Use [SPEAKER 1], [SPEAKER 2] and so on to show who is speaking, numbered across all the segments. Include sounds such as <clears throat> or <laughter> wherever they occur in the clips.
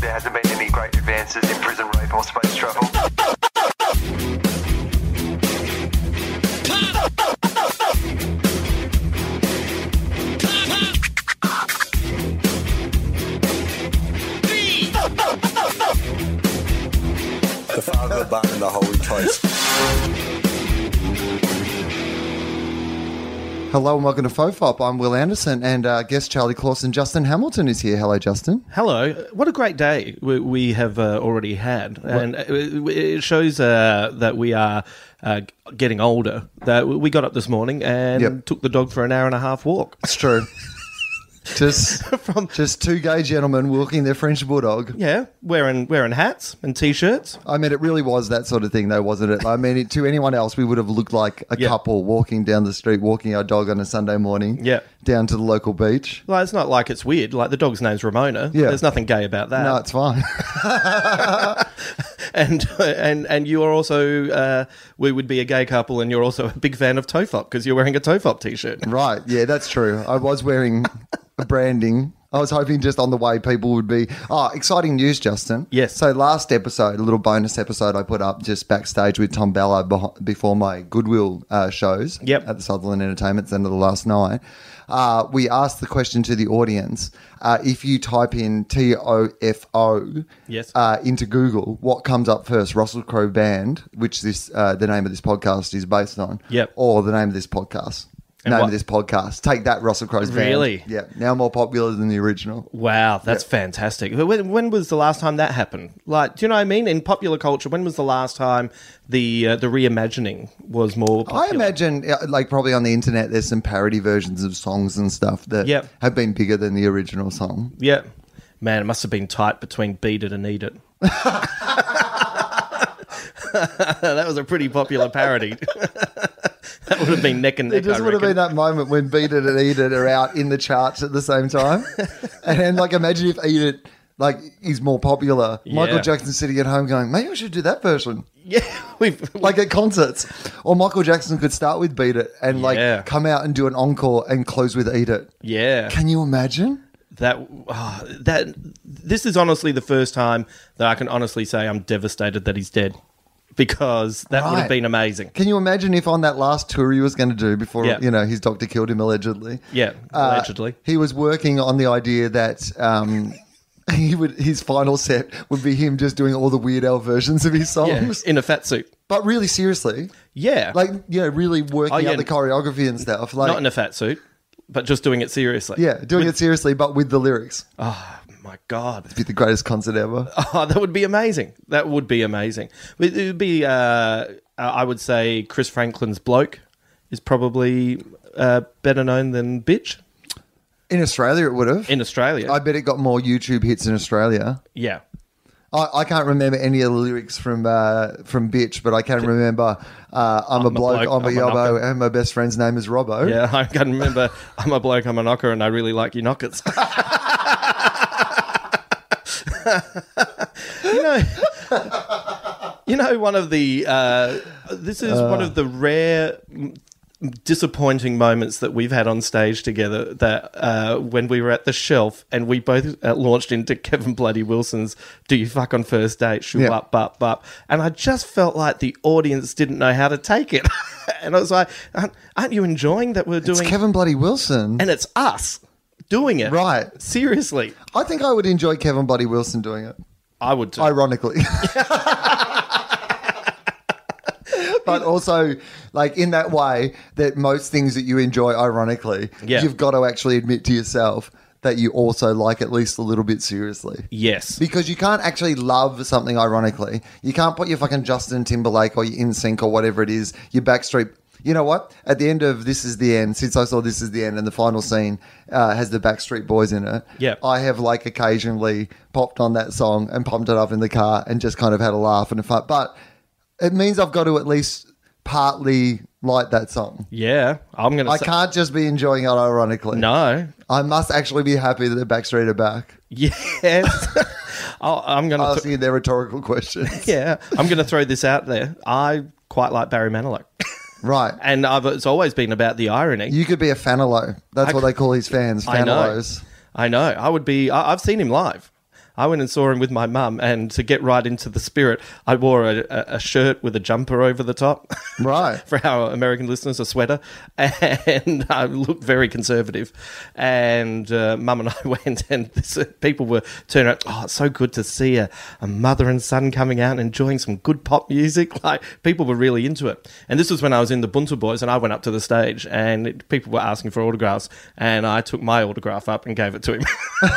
[SPEAKER 1] There hasn't been any great advances in prison rape or space travel.
[SPEAKER 2] The Father, the Son, and the Holy Ghost.
[SPEAKER 3] Hello and welcome to Fofop. I'm Will Anderson and uh, guest Charlie Clausen. Justin Hamilton is here. Hello, Justin.
[SPEAKER 4] Hello. Uh, What a great day we, we have uh, already had. And uh, it shows uh, that we are uh, getting older. That we got up this morning and
[SPEAKER 3] Yep.
[SPEAKER 4] took the dog for an hour and a
[SPEAKER 3] <laughs>
[SPEAKER 4] half walk.
[SPEAKER 3] It's true. just
[SPEAKER 4] From-
[SPEAKER 3] just two gay gentlemen walking their French bulldog.
[SPEAKER 4] Yeah, wearing wearing hats and t-shirts.
[SPEAKER 3] I mean, it really was that sort of thing, though, wasn't it? I mean, it, to anyone else, we would have looked like a
[SPEAKER 4] Yeah.
[SPEAKER 3] couple walking down the street, walking our dog on a Sunday morning,
[SPEAKER 4] Yeah.
[SPEAKER 3] down to the local beach.
[SPEAKER 4] Like it's not like it's weird. Like the dog's name's Ramona.
[SPEAKER 3] Yeah.
[SPEAKER 4] There's nothing gay about that.
[SPEAKER 3] No, it's fine.
[SPEAKER 4] <laughs>
[SPEAKER 3] <laughs>
[SPEAKER 4] and and and you are also uh, we would be a gay couple, and you're also a big fan of Tofop because you're wearing a Tofop t-shirt.
[SPEAKER 3] Right. Yeah, that's true. I was wearing branding. I was hoping just on the way people would be. Oh, exciting news, Justin.
[SPEAKER 4] Yes.
[SPEAKER 3] So, last episode, a little bonus episode I put up just backstage with Tom Bella beh- before my Goodwill uh, shows
[SPEAKER 4] Yep.
[SPEAKER 3] at the Sutherland Entertainment Centre the last night. Uh, we asked the question to the audience uh, if you type in T O F O
[SPEAKER 4] Yes.
[SPEAKER 3] uh, into Google, what comes up first, Russell Crowe Band, which this uh, the name of this podcast is based on,
[SPEAKER 4] Yep.
[SPEAKER 3] or the name of this podcast.
[SPEAKER 4] And
[SPEAKER 3] name
[SPEAKER 4] what-
[SPEAKER 3] of this podcast. Take that, Russell Crowe's band.
[SPEAKER 4] Really?
[SPEAKER 3] Yeah. Now more popular than the original.
[SPEAKER 4] Wow, that's fantastic. But When, when was the last time that happened? Like, do you know what I mean? In popular culture, when was the last time the uh, the reimagining was more? Popular?
[SPEAKER 3] I imagine, uh, like probably on the internet, there's some parody versions of songs and stuff that
[SPEAKER 4] Yep.
[SPEAKER 3] have been bigger than the original song.
[SPEAKER 4] Yeah, man, it must have been tight between "Beat It" and "Eat It." <laughs> that was a pretty popular parody. <laughs> that would have been neck and neck.
[SPEAKER 3] It just
[SPEAKER 4] I
[SPEAKER 3] would have been
[SPEAKER 4] reckon.
[SPEAKER 3] that moment when Beat It and Eat It are out in the charts at the same
[SPEAKER 4] <laughs>
[SPEAKER 3] time. and then, like, imagine if Eat It, like, is more popular. Michael
[SPEAKER 4] Yeah.
[SPEAKER 3] Jackson sitting at home going, maybe I should do that version.
[SPEAKER 4] yeah, <laughs> we've
[SPEAKER 3] Like at concerts. Or Michael Jackson could start with Beat It and, like,
[SPEAKER 4] Yeah.
[SPEAKER 3] come out and do an encore and close with Eat It.
[SPEAKER 4] yeah.
[SPEAKER 3] Can you imagine?
[SPEAKER 4] that ah, that this is honestly the first time that I can honestly say I'm devastated that he's dead because that would
[SPEAKER 3] Right.
[SPEAKER 4] have been amazing.
[SPEAKER 3] Can you imagine if on that last tour he was going to do before
[SPEAKER 4] Yeah.
[SPEAKER 3] you know his doctor killed him allegedly?
[SPEAKER 4] Yeah,
[SPEAKER 3] Uh,
[SPEAKER 4] allegedly.
[SPEAKER 3] he was working on the idea that um, <laughs> he would his final set would be him just doing all the Weird Al versions of his
[SPEAKER 4] Yeah,
[SPEAKER 3] songs,
[SPEAKER 4] in a fat suit.
[SPEAKER 3] but really seriously,
[SPEAKER 4] Yeah,
[SPEAKER 3] like you know, really working
[SPEAKER 4] Oh, yeah.
[SPEAKER 3] out the choreography and stuff. Like,
[SPEAKER 4] not in a fat suit, but just doing it seriously.
[SPEAKER 3] yeah, doing it seriously, but with the lyrics.
[SPEAKER 4] My God, <laughs>
[SPEAKER 3] It'd be the greatest concert ever.
[SPEAKER 4] oh, that would be amazing. That would be amazing. It it would be, uh, I would say, Chris Franklin's bloke is probably uh, better known than bitch
[SPEAKER 3] In Australia, it would have.
[SPEAKER 4] in Australia.
[SPEAKER 3] I bet it got more YouTube hits in Australia.
[SPEAKER 4] yeah,
[SPEAKER 3] I, I can't remember any of the lyrics from uh, from Bitch, but I can remember uh, I'm, a bloke, I'm, a yobbo, and my best friend's name is Robbo.
[SPEAKER 4] yeah. <laughs> I can remember. I'm a bloke. I'm a knocker, and I really like you knockers. <laughs> you know, you know, one of the uh, this is one of the rare mm, disappointing moments that we've had on stage together. That uh, when we were at the shelf and we both uh, launched into <laughs> Kevin Bloody Wilson's "Do You Fuck on First Date?" Shoo
[SPEAKER 3] Yeah.
[SPEAKER 4] up, up, up, and I just felt like the audience didn't know how to take it. <laughs> and I was like, "Aren't, aren't you enjoying that we're
[SPEAKER 3] It's
[SPEAKER 4] doing?"
[SPEAKER 3] Kevin Bloody Wilson.
[SPEAKER 4] and it's us doing it
[SPEAKER 3] Right.
[SPEAKER 4] Seriously,
[SPEAKER 3] I think I would enjoy Kevin Bloody Wilson doing it,
[SPEAKER 4] I would. Too.
[SPEAKER 3] <laughs> ironically. but also, like in that way that most things that you enjoy, ironically,
[SPEAKER 4] Yeah.
[SPEAKER 3] you've got to actually admit to yourself that you also like at least a little bit seriously.
[SPEAKER 4] yes.
[SPEAKER 3] Because you can't actually love something ironically. You can't put your fucking Justin Timberlake or your InSync or whatever it is, your Backstreet. You know what? At the end of This Is the End, since I saw This Is the End and the final scene uh, has the Backstreet Boys in it,
[SPEAKER 4] Yeah.
[SPEAKER 3] I have like occasionally popped on that song and pumped it up in the car and just kind of had a laugh and a fun. But it means I've got to at least partly like that song.
[SPEAKER 4] Yeah, I'm gonna.
[SPEAKER 3] I
[SPEAKER 4] say-
[SPEAKER 3] can't just be enjoying it ironically.
[SPEAKER 4] No. <laughs>
[SPEAKER 3] I must actually be happy that the Backstreet are back.
[SPEAKER 4] Yes. <laughs> I'll, I'm gonna. th-
[SPEAKER 3] Asking their rhetorical <laughs> questions.
[SPEAKER 4] yeah, I'm gonna throw this out there. I quite like Barry Manilow,
[SPEAKER 3] Right.
[SPEAKER 4] and I've, it's always been about the irony.
[SPEAKER 3] You could be a fanalo. That's
[SPEAKER 4] I
[SPEAKER 3] what
[SPEAKER 4] c-
[SPEAKER 3] they call his fans,
[SPEAKER 4] I know.
[SPEAKER 3] fanalos.
[SPEAKER 4] I know. I would be. I, I've seen him live. I went and saw him with my mum, and to get right into the spirit, I wore a, a, a shirt with a jumper over the top. <laughs>
[SPEAKER 3] Right.
[SPEAKER 4] For our American listeners, a sweater, <laughs> and I looked very conservative. And uh, Mum and <laughs> I went, and this, uh, people were turning. Around, oh, it's so good to see a, a mother and son coming out and enjoying some good pop music. <laughs> Like people were really into it. And this was when I was in the Bunter Boys, and I went up to the stage, and it, people were asking for autographs, and I took my autograph up and gave it to him. <laughs>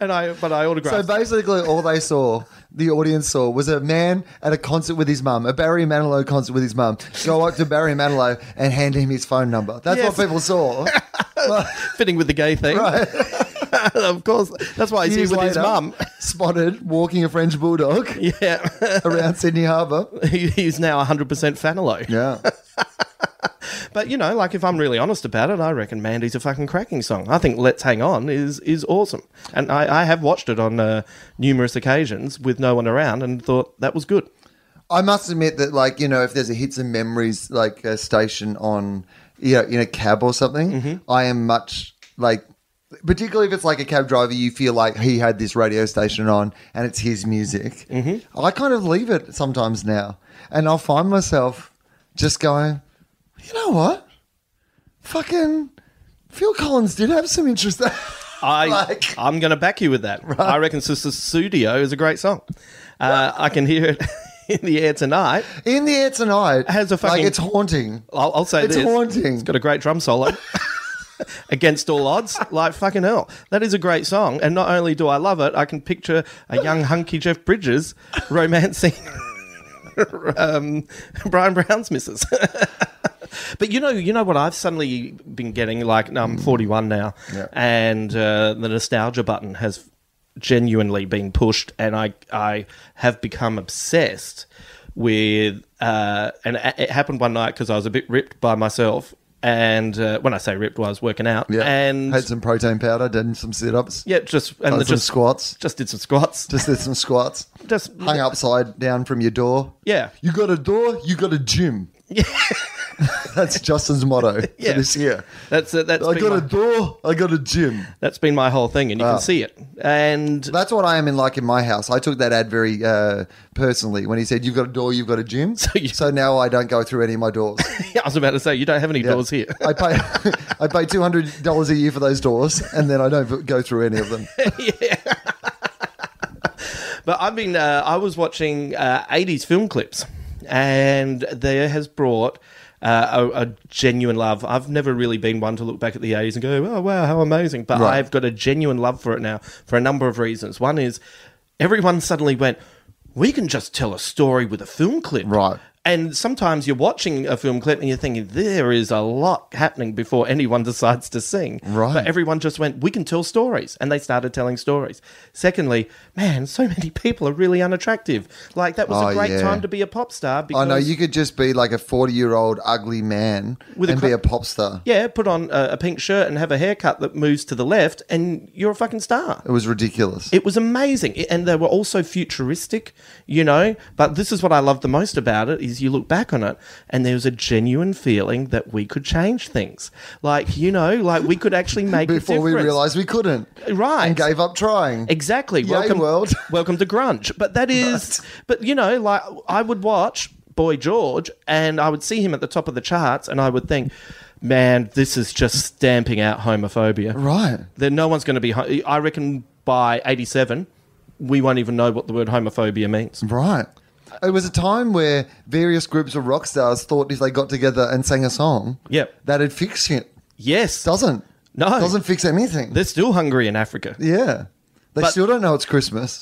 [SPEAKER 4] and I, but I
[SPEAKER 3] So
[SPEAKER 4] autographed.
[SPEAKER 3] basically, all they saw, the audience saw, was a man at a concert with his mum, a Barry Manilow concert with his mum, go up to Barry Manilow and hand him his phone number. That's
[SPEAKER 4] Yes.
[SPEAKER 3] what people
[SPEAKER 4] <laughs>
[SPEAKER 3] saw.
[SPEAKER 4] fitting with the gay thing. <laughs> of course, that's why he's here
[SPEAKER 3] Years
[SPEAKER 4] with his
[SPEAKER 3] later,
[SPEAKER 4] mum.
[SPEAKER 3] Spotted walking a French bulldog
[SPEAKER 4] <laughs> Yeah,
[SPEAKER 3] around Sydney
[SPEAKER 4] <laughs>
[SPEAKER 3] Harbour.
[SPEAKER 4] He- he's now 100% Fanalo.
[SPEAKER 3] Yeah.
[SPEAKER 4] But you know, like if I'm really honest about it, I reckon Mandy's a fucking cracking song. I think "Let's Hang On" is is awesome, and I, I have watched it on uh, numerous occasions with no one around and thought that was good.
[SPEAKER 3] I must admit that, like, you know, if there's a hits and memories like uh station on, you know, in a cab or something,
[SPEAKER 4] Mm-hmm.
[SPEAKER 3] I am much like, particularly if it's like a cab driver, you feel like he had this radio station on and it's his music. Mm-hmm. I kind of leave it sometimes now, and I'll find myself just going, you know what, fucking Phil Collins did have some interest. <laughs>
[SPEAKER 4] I
[SPEAKER 3] Like-
[SPEAKER 4] <laughs> I'm going to back you with that. I reckon "Sister Studio" is a great song. Uh, I can hear it <laughs> in the air tonight.
[SPEAKER 3] in the air tonight,
[SPEAKER 4] Has a
[SPEAKER 3] like
[SPEAKER 4] fucking-
[SPEAKER 3] it's haunting.
[SPEAKER 4] I'll, I'll say
[SPEAKER 3] It's
[SPEAKER 4] this.
[SPEAKER 3] haunting.
[SPEAKER 4] It's got a great
[SPEAKER 3] <laughs>
[SPEAKER 4] drum solo. Against all odds, like fucking hell, that is a great song. And not only do I love it, I can picture a young hunky Jeff Bridges romancing um,
[SPEAKER 3] <laughs>
[SPEAKER 4] Brian Brown's missus. but you know, you know what I've suddenly been getting. Like I'm 41 now,
[SPEAKER 3] Mm. Yeah.
[SPEAKER 4] and uh, the nostalgia button has genuinely been pushed, and I I have become obsessed with. Uh, and a- it happened one night because I was a bit ripped by myself, and uh, when I say ripped, well, I was working out, and
[SPEAKER 3] had some protein powder, did some sit ups.
[SPEAKER 4] yeah, just and
[SPEAKER 3] Done
[SPEAKER 4] the-
[SPEAKER 3] some
[SPEAKER 4] just
[SPEAKER 3] squats.
[SPEAKER 4] Just did some squats.
[SPEAKER 3] Just did some squats.
[SPEAKER 4] Just-
[SPEAKER 3] hung upside down from your door.
[SPEAKER 4] Yeah.
[SPEAKER 3] You got a door, you got a gym. Yeah. <laughs> that's Justin's motto
[SPEAKER 4] Yeah.
[SPEAKER 3] for this year.
[SPEAKER 4] That's uh, that's
[SPEAKER 3] I
[SPEAKER 4] been
[SPEAKER 3] got
[SPEAKER 4] my-
[SPEAKER 3] a door, I got a gym.
[SPEAKER 4] That's been my whole thing, and you
[SPEAKER 3] Wow.
[SPEAKER 4] can see it. And
[SPEAKER 3] That's what I am in like in my house. I took that ad very uh, personally when he said, You've got a door, you've got a gym. So,
[SPEAKER 4] you-
[SPEAKER 3] now I don't go through any of my doors.
[SPEAKER 4] I was about to say, you don't have any
[SPEAKER 3] Yeah.
[SPEAKER 4] <laughs> doors here.
[SPEAKER 3] I pay <laughs> I pay two hundred dollars a year for those doors and then I don't go through any
[SPEAKER 4] <laughs>
[SPEAKER 3] of them.
[SPEAKER 4] <laughs> But I've been, uh, I was watching uh, 80s film clips, and there has brought uh, a, a genuine love. I've never really been one to look back at the 80s and go, oh, wow, how amazing. But
[SPEAKER 3] Right.
[SPEAKER 4] I've got a genuine love for it now for a number of reasons. One is everyone suddenly went, we can just tell a story with a film clip.
[SPEAKER 3] Right.
[SPEAKER 4] And sometimes you're watching a film clip and you're thinking, there is a lot happening before anyone <laughs> decides to sing.
[SPEAKER 3] Right.
[SPEAKER 4] But everyone just went, we can tell stories. And they started telling stories. Secondly, man, so many people are really unattractive. Like, that was
[SPEAKER 3] Oh,
[SPEAKER 4] a great
[SPEAKER 3] yeah.
[SPEAKER 4] time to be a pop star because.
[SPEAKER 3] I know you could just be like a forty-year-old ugly man
[SPEAKER 4] With a
[SPEAKER 3] and be
[SPEAKER 4] cra-
[SPEAKER 3] a pop star.
[SPEAKER 4] Yeah, put on a, a pink shirt and have a haircut that moves to the left, and you're a fucking star.
[SPEAKER 3] It was ridiculous.
[SPEAKER 4] It was amazing, It- and they were also futuristic, you know. But this is what I love the most about it: is you look back on it, and there was a genuine feeling that we could change things, like you know, like we could actually make
[SPEAKER 3] <laughs>
[SPEAKER 4] a
[SPEAKER 3] before we
[SPEAKER 4] difference.
[SPEAKER 3] realized we couldn't.
[SPEAKER 4] Right.
[SPEAKER 3] And gave up trying.
[SPEAKER 4] Exactly.
[SPEAKER 3] Yay,
[SPEAKER 4] welcome,
[SPEAKER 3] world.
[SPEAKER 4] <laughs> welcome to grunge. But that is, but you know, like I would watch Boy George, and I would see him at the top of the charts, and I would think, man, this is just stamping out homophobia.
[SPEAKER 3] Right.
[SPEAKER 4] Then no one's going to be. ho- I reckon by eighty-seven, we won't even know what the word homophobia means.
[SPEAKER 3] Right. It was a time where various groups of rock stars thought if they got together and sang a song,
[SPEAKER 4] Yep.
[SPEAKER 3] that'd fix it.
[SPEAKER 4] Yes,
[SPEAKER 3] Doesn't.
[SPEAKER 4] No.
[SPEAKER 3] Doesn't fix anything.
[SPEAKER 4] they're still hungry in Africa.
[SPEAKER 3] yeah. They
[SPEAKER 4] But-
[SPEAKER 3] still don't know it's Christmas.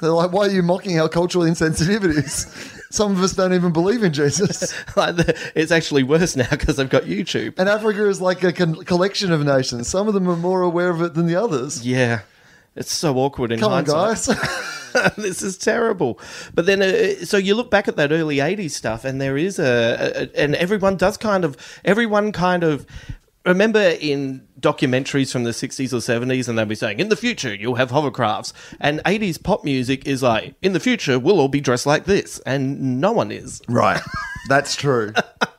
[SPEAKER 3] They're like, why are you mocking our cultural insensitivities? Some of us don't even believe in
[SPEAKER 4] <laughs>
[SPEAKER 3] Jesus.
[SPEAKER 4] <laughs> Like the, it's actually worse now because they've got YouTube.
[SPEAKER 3] And Africa is like a con- collection of nations. Some of them are more aware of it than the others.
[SPEAKER 4] Yeah, it's so awkward in
[SPEAKER 3] Come on,
[SPEAKER 4] hindsight.
[SPEAKER 3] guys.
[SPEAKER 4] <laughs> this is terrible. But then, uh, so you look back at that early '80s stuff, and there is a, a, and everyone does kind of, everyone kind of. Remember in documentaries from the 60s or 70s, and they'll be saying, In the future, you'll have hovercrafts. And 80s pop music is like, In the future, we'll all be dressed like this. And no one is.
[SPEAKER 3] right. That's true.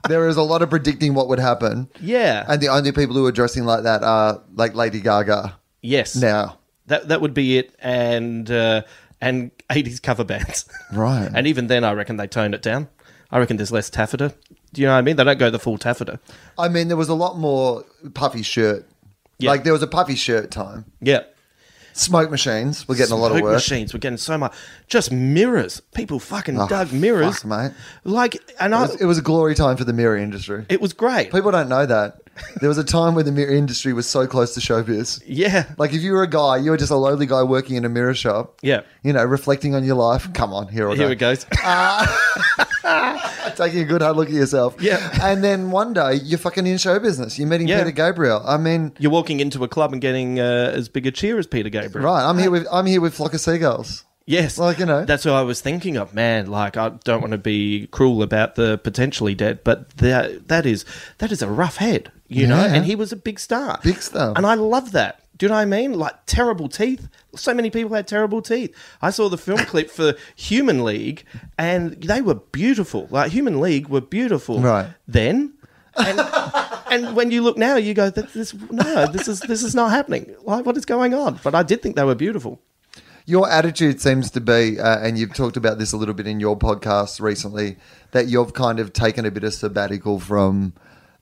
[SPEAKER 3] There is a lot of predicting what would happen.
[SPEAKER 4] Yeah.
[SPEAKER 3] And the only people who are dressing like that are like Lady Gaga
[SPEAKER 4] yes.
[SPEAKER 3] now.
[SPEAKER 4] That, that would be it. And, uh, and 80s cover bands. <laughs>
[SPEAKER 3] Right.
[SPEAKER 4] And even then, I reckon they toned it down. I reckon there's less taffeta. Do you know what I mean? They don't go the full taffeta.
[SPEAKER 3] I mean, there was a lot more puffy shirt.
[SPEAKER 4] Yeah.
[SPEAKER 3] Like there was a puffy shirt time.
[SPEAKER 4] Yeah.
[SPEAKER 3] Smoke machines. We're getting a lot of
[SPEAKER 4] Smoke
[SPEAKER 3] work.
[SPEAKER 4] machines. We're getting so much. Just mirrors. People fucking
[SPEAKER 3] Oh,
[SPEAKER 4] dug mirrors,
[SPEAKER 3] fuck, mate.
[SPEAKER 4] Like, and
[SPEAKER 3] It
[SPEAKER 4] I.
[SPEAKER 3] was, it was a glory time for the mirror industry.
[SPEAKER 4] great.
[SPEAKER 3] People don't know that. There was a time when the mirror industry was so close to showbiz.
[SPEAKER 4] yeah.
[SPEAKER 3] Like if you were a guy, you were just a lowly guy working in a mirror shop.
[SPEAKER 4] Yeah.
[SPEAKER 3] You know, reflecting on your life. Come on, <laughs> here we
[SPEAKER 4] Here
[SPEAKER 3] go.
[SPEAKER 4] it goes.
[SPEAKER 3] Taking a good hard look at yourself.
[SPEAKER 4] Yeah.
[SPEAKER 3] And then one day you're fucking in show business. You're meeting
[SPEAKER 4] Yeah.
[SPEAKER 3] Peter Gabriel. I mean,
[SPEAKER 4] You're walking into a club and getting uh, as big a cheer as Peter Gabriel.
[SPEAKER 3] right? I'm here with I'm here with flock of seagulls.
[SPEAKER 4] Yes.
[SPEAKER 3] Like, you know.
[SPEAKER 4] That's what I was thinking of. Man, like, I don't want to be cruel about the potentially dead, but that, that is that is a rough head, you know?
[SPEAKER 3] Yeah.
[SPEAKER 4] And he was a big star.
[SPEAKER 3] Big star.
[SPEAKER 4] And I love that. Do you know what I mean? Like, terrible teeth. So many people had terrible teeth. I saw the film clip for Human League, and they were beautiful. Like, Human League were beautiful.
[SPEAKER 3] Right.
[SPEAKER 4] Then. and, and when you look now, you go, "This- "This no, this is this is not happening. Like, what is going on?" But I did think they were beautiful.
[SPEAKER 3] Your attitude seems to be, uh, and you've talked about this a little bit in your podcast recently, that you've kind of taken a bit of sabbatical from,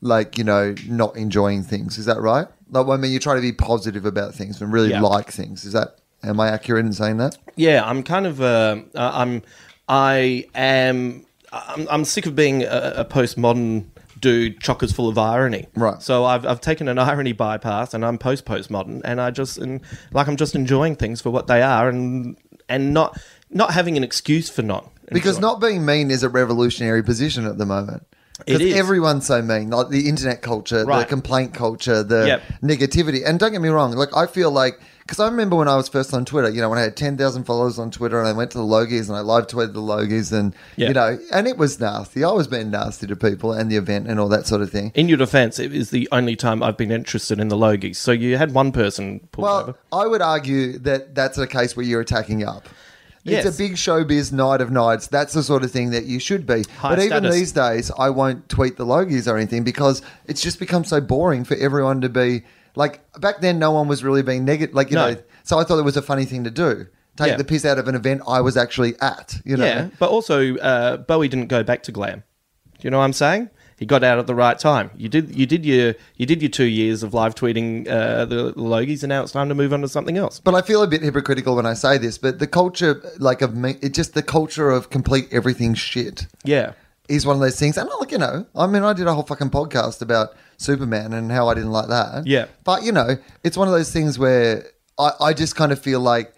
[SPEAKER 3] like you know, not enjoying things. Is that right? Like, I mean, you try to be positive about things and really
[SPEAKER 4] Yeah.
[SPEAKER 3] like things. Is that? Am I accurate in saying that?
[SPEAKER 4] yeah i'm kind of uh, uh, i'm i am i'm, I'm sick of being a, a postmodern dude chockers full of irony
[SPEAKER 3] Right.
[SPEAKER 4] so I've, I've taken an irony bypass and i'm post postmodern and i just and like i'm just enjoying things for what they are and and not not having an excuse for not
[SPEAKER 3] Because
[SPEAKER 4] enjoying.
[SPEAKER 3] not being mean is a revolutionary position at the moment. Because
[SPEAKER 4] It is.
[SPEAKER 3] everyone's so mean, like the internet culture, the
[SPEAKER 4] Right.
[SPEAKER 3] complaint culture, the
[SPEAKER 4] Yep.
[SPEAKER 3] negativity. And don't get me wrong, like I feel like because I remember when I was first on Twitter, you know, when I had ten thousand followers on Twitter, and I went to the Logies and I live tweeted the Logies, and
[SPEAKER 4] Yeah.
[SPEAKER 3] you know, and it was nasty. I was being nasty to people and the event and all that sort of thing.
[SPEAKER 4] in your defense it is the only time i've been interested in the logies so you had one person pulled over
[SPEAKER 3] Well, I would argue that that's a case where you're attacking up. It's
[SPEAKER 4] Yes.
[SPEAKER 3] a big showbiz night of nights. That's the sort of thing that you should be.
[SPEAKER 4] High
[SPEAKER 3] but even
[SPEAKER 4] status.
[SPEAKER 3] these days, I won't tweet the Logies or anything because it's just become so boring for everyone to be like. Back then, no one was really being negative. Like you
[SPEAKER 4] No.
[SPEAKER 3] know, so I thought it was a funny thing to do. Take
[SPEAKER 4] Yeah.
[SPEAKER 3] the piss out of an event I was actually at. You know,
[SPEAKER 4] Yeah, but also uh, Bowie didn't go back to glam. Do you know what I'm saying? He got out at the right time. You did. You did your. You did your two years of live tweeting uh, the, the Logies, and now it's time to move on to something else.
[SPEAKER 3] But I feel a bit hypocritical when I say this. But the culture, like of me, it just the culture of complete everything shit.
[SPEAKER 4] Yeah,
[SPEAKER 3] is one of those things. And like you know, I mean, I did a whole fucking podcast about Superman and how I didn't like that.
[SPEAKER 4] Yeah.
[SPEAKER 3] but you know, it's one of those things where I, I just kind of feel like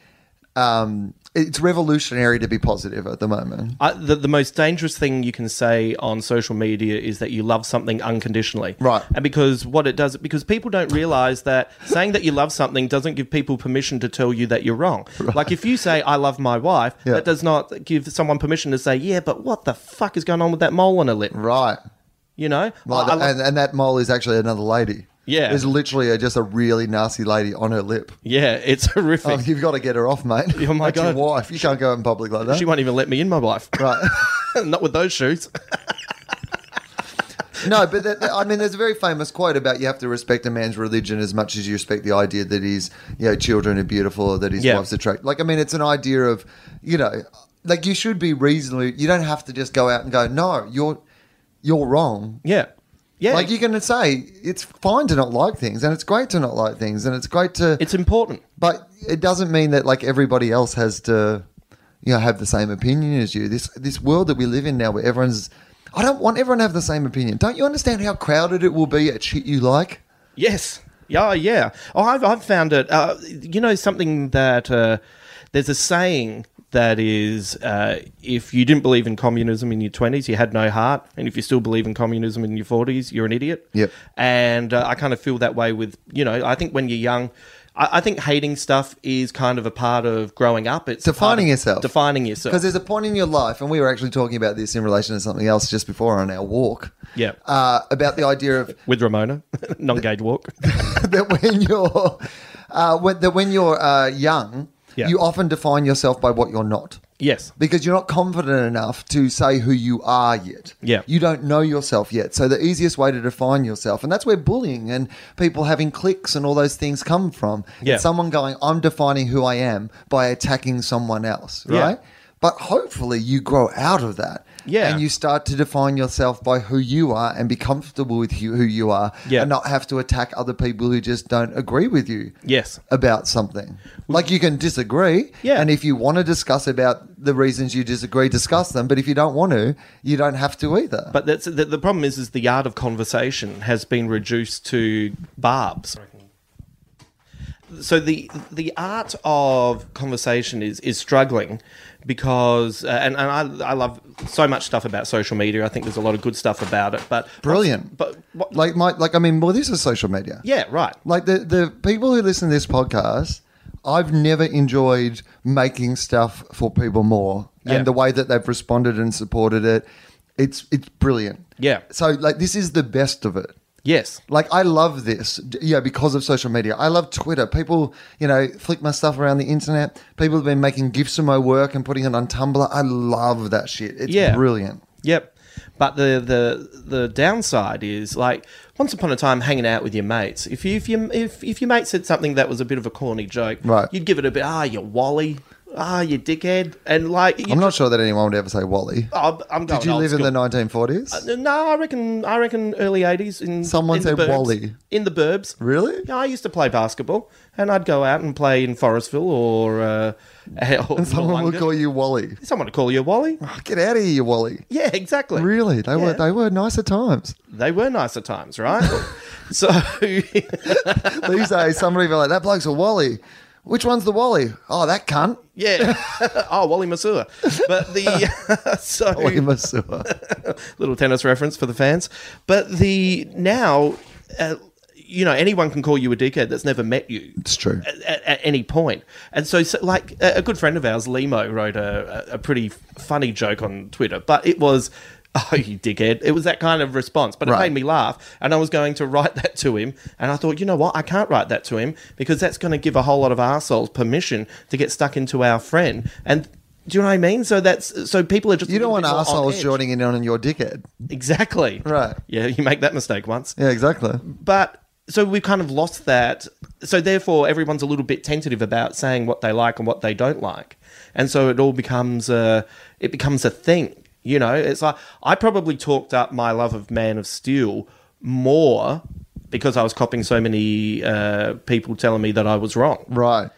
[SPEAKER 3] um, it's revolutionary to be positive at the moment.
[SPEAKER 4] I, the, the most dangerous thing you can say on social media is that you love something unconditionally.
[SPEAKER 3] Right.
[SPEAKER 4] And because what it does, because people don't realize that saying that you love something doesn't give people permission to tell you that you're wrong. Like if you say, I love my wife,
[SPEAKER 3] Yeah.
[SPEAKER 4] that does not give someone permission to say, yeah, but what the fuck is going on with that mole on her lip?
[SPEAKER 3] Right.
[SPEAKER 4] You know?
[SPEAKER 3] Like,
[SPEAKER 4] I- I lo-
[SPEAKER 3] and, and that mole is actually another lady.
[SPEAKER 4] Yeah.
[SPEAKER 3] There's literally a, just a really nasty lady on her lip.
[SPEAKER 4] Yeah, it's <laughs> horrific.
[SPEAKER 3] Oh, you've got to get her off, mate.
[SPEAKER 4] Oh, my
[SPEAKER 3] That's
[SPEAKER 4] God.
[SPEAKER 3] your wife. You can't go out in public like that.
[SPEAKER 4] she won't even let me in, my <laughs> wife.
[SPEAKER 3] right.
[SPEAKER 4] Not with those shoes.
[SPEAKER 3] No, but that, that- I mean, there's a very famous quote about you have to respect a man's religion as much as you respect the idea that his you know children are beautiful or that his
[SPEAKER 4] Yeah.
[SPEAKER 3] wife's attractive. Like, I mean, it's an idea of you know, like you should be reasonably. You don't have to just go out and go, no, you're you're wrong.
[SPEAKER 4] Yeah. Yeah.
[SPEAKER 3] Like you can say it's fine to not like things, and it's great to not like things, and it's great to.
[SPEAKER 4] it's important.
[SPEAKER 3] but it doesn't mean that like everybody else has to, you know, have the same opinion as you. This this world that we live in now, where everyone's, I don't want everyone to have the same opinion. Don't you understand how crowded it will be at shit you like?
[SPEAKER 4] Yes. Yeah, yeah. Oh, I've, I've found it. Uh, you know, something that uh, there's a saying That is, uh, if you didn't believe in communism in your 20s, you had no heart. And if you still believe in communism in your 40s, you're an idiot.
[SPEAKER 3] Yep.
[SPEAKER 4] And uh, I kind of feel that way with, you know, I think when you're young, I, I think hating stuff is kind of a part of growing up. It's a part
[SPEAKER 3] Defining
[SPEAKER 4] of
[SPEAKER 3] yourself.
[SPEAKER 4] Defining yourself.
[SPEAKER 3] Because there's a point in your life, and we were actually talking about this in relation to something else just before on our walk.
[SPEAKER 4] Yeah.
[SPEAKER 3] Uh, about the idea of <laughs>
[SPEAKER 4] with <laughs> Ramona, non gauge walk.
[SPEAKER 3] that when you're uh, when, that when you're uh, young,
[SPEAKER 4] Yeah.
[SPEAKER 3] you often define yourself by what you're not.
[SPEAKER 4] yes.
[SPEAKER 3] Because you're not confident enough to say who you are yet.
[SPEAKER 4] Yeah.
[SPEAKER 3] You don't know yourself yet. So the easiest way to define yourself, and that's where bullying and people having cliques and all those things come from. It's
[SPEAKER 4] Yeah.
[SPEAKER 3] someone going, I'm defining who I am by attacking someone else,
[SPEAKER 4] Yeah.
[SPEAKER 3] right? But hopefully you grow out of that.
[SPEAKER 4] Yeah.
[SPEAKER 3] And you start to define yourself by who you are and be comfortable with you, who you are
[SPEAKER 4] Yeah.
[SPEAKER 3] and not have to attack other people who just don't agree with you
[SPEAKER 4] Yes.
[SPEAKER 3] about something. Like you can disagree,
[SPEAKER 4] Yeah.
[SPEAKER 3] and if you want to discuss about the reasons you disagree, discuss them. But if you don't want to, you don't have to either.
[SPEAKER 4] But that's the, the problem is is the art of conversation has been reduced to barbs. So the the art of conversation is is struggling because uh, and, and I, I love so much stuff about social media. I think there's a lot of good stuff about it, but
[SPEAKER 3] Brilliant.
[SPEAKER 4] But what,
[SPEAKER 3] like my, like I mean, well, this is social media.
[SPEAKER 4] yeah, right.
[SPEAKER 3] Like the the people who listen to this podcast, I've never enjoyed making stuff for people more,
[SPEAKER 4] Yeah.
[SPEAKER 3] and the way that they've responded and supported it, it's it's brilliant.
[SPEAKER 4] Yeah.
[SPEAKER 3] So like this is the best of it.
[SPEAKER 4] Yes.
[SPEAKER 3] Like I love this, d- yeah, because of social media. I love Twitter. People, you know, flick my stuff around the internet. People have been making gifs of my work and putting it on Tumblr. I love that shit. It's
[SPEAKER 4] Yeah.
[SPEAKER 3] brilliant.
[SPEAKER 4] Yep. But the, the the downside is like once upon a time hanging out with your mates. If you, if you if if your mate said something that was a bit of a corny joke,
[SPEAKER 3] Right.
[SPEAKER 4] you'd give it a bit. Ah, you Wally. Ah, you dickhead. And like, you Oh,
[SPEAKER 3] I'm not sure that anyone would ever say Wally.
[SPEAKER 4] I'm, I'm going
[SPEAKER 3] <laughs> Did you
[SPEAKER 4] old
[SPEAKER 3] live in
[SPEAKER 4] school.
[SPEAKER 3] the 1940s?
[SPEAKER 4] No, I reckon. I reckon early '80s in
[SPEAKER 3] Someone
[SPEAKER 4] in the
[SPEAKER 3] said
[SPEAKER 4] burbs.
[SPEAKER 3] Wally.
[SPEAKER 4] in the burbs.
[SPEAKER 3] Really?
[SPEAKER 4] Yeah, I used to play basketball, and I'd go out and play in Forestville or. Uh, <laughs> or
[SPEAKER 3] and <laughs> someone would
[SPEAKER 4] Wollongong.
[SPEAKER 3] call you Wally.
[SPEAKER 4] Someone would call you Wally.
[SPEAKER 3] Oh, get out of here, you Wally.
[SPEAKER 4] Yeah, exactly.
[SPEAKER 3] Really? They
[SPEAKER 4] Yeah.
[SPEAKER 3] were they were nicer times.
[SPEAKER 4] they were nicer times, right? so, <laughs>
[SPEAKER 3] These days somebody would be like, That bloke's a Wally. Which one's the Wally? Oh, that
[SPEAKER 4] <laughs>
[SPEAKER 3] cunt.
[SPEAKER 4] yeah. oh, Wally Masur. But the <laughs> so
[SPEAKER 3] Wally Masur.
[SPEAKER 4] little tennis reference for the fans. But the now, uh, you know, anyone can call you a dickhead that's never met you.
[SPEAKER 3] It's
[SPEAKER 4] <laughs>
[SPEAKER 3] true.
[SPEAKER 4] At, at, at any point, and so, so like a, a good friend of ours, Limo, wrote a, a a pretty funny joke on Twitter, but it was. <laughs> Oh, you dickhead. It was that kind of response, but it
[SPEAKER 3] Right.
[SPEAKER 4] made me laugh. And I was going to write <laughs> that to him. And I thought, you know what? I can't write that to him because that's going to give a whole lot of arseholes permission to get stuck into our friend. And do you know what I mean? So that's so people are just.
[SPEAKER 3] You
[SPEAKER 4] a
[SPEAKER 3] don't want
[SPEAKER 4] little bit more on
[SPEAKER 3] assholes
[SPEAKER 4] edge.
[SPEAKER 3] joining in on your dickhead.
[SPEAKER 4] Exactly.
[SPEAKER 3] Right.
[SPEAKER 4] Yeah, you make that mistake once.
[SPEAKER 3] Yeah, exactly.
[SPEAKER 4] But so we've kind of lost that. So therefore, everyone's a little bit tentative about saying what they like and what they don't like, and so it all becomes a it becomes a thing. You know, it's like I probably talked up my love of Man of Steel more because I was copying so many uh, people telling me that I was wrong.
[SPEAKER 3] Right.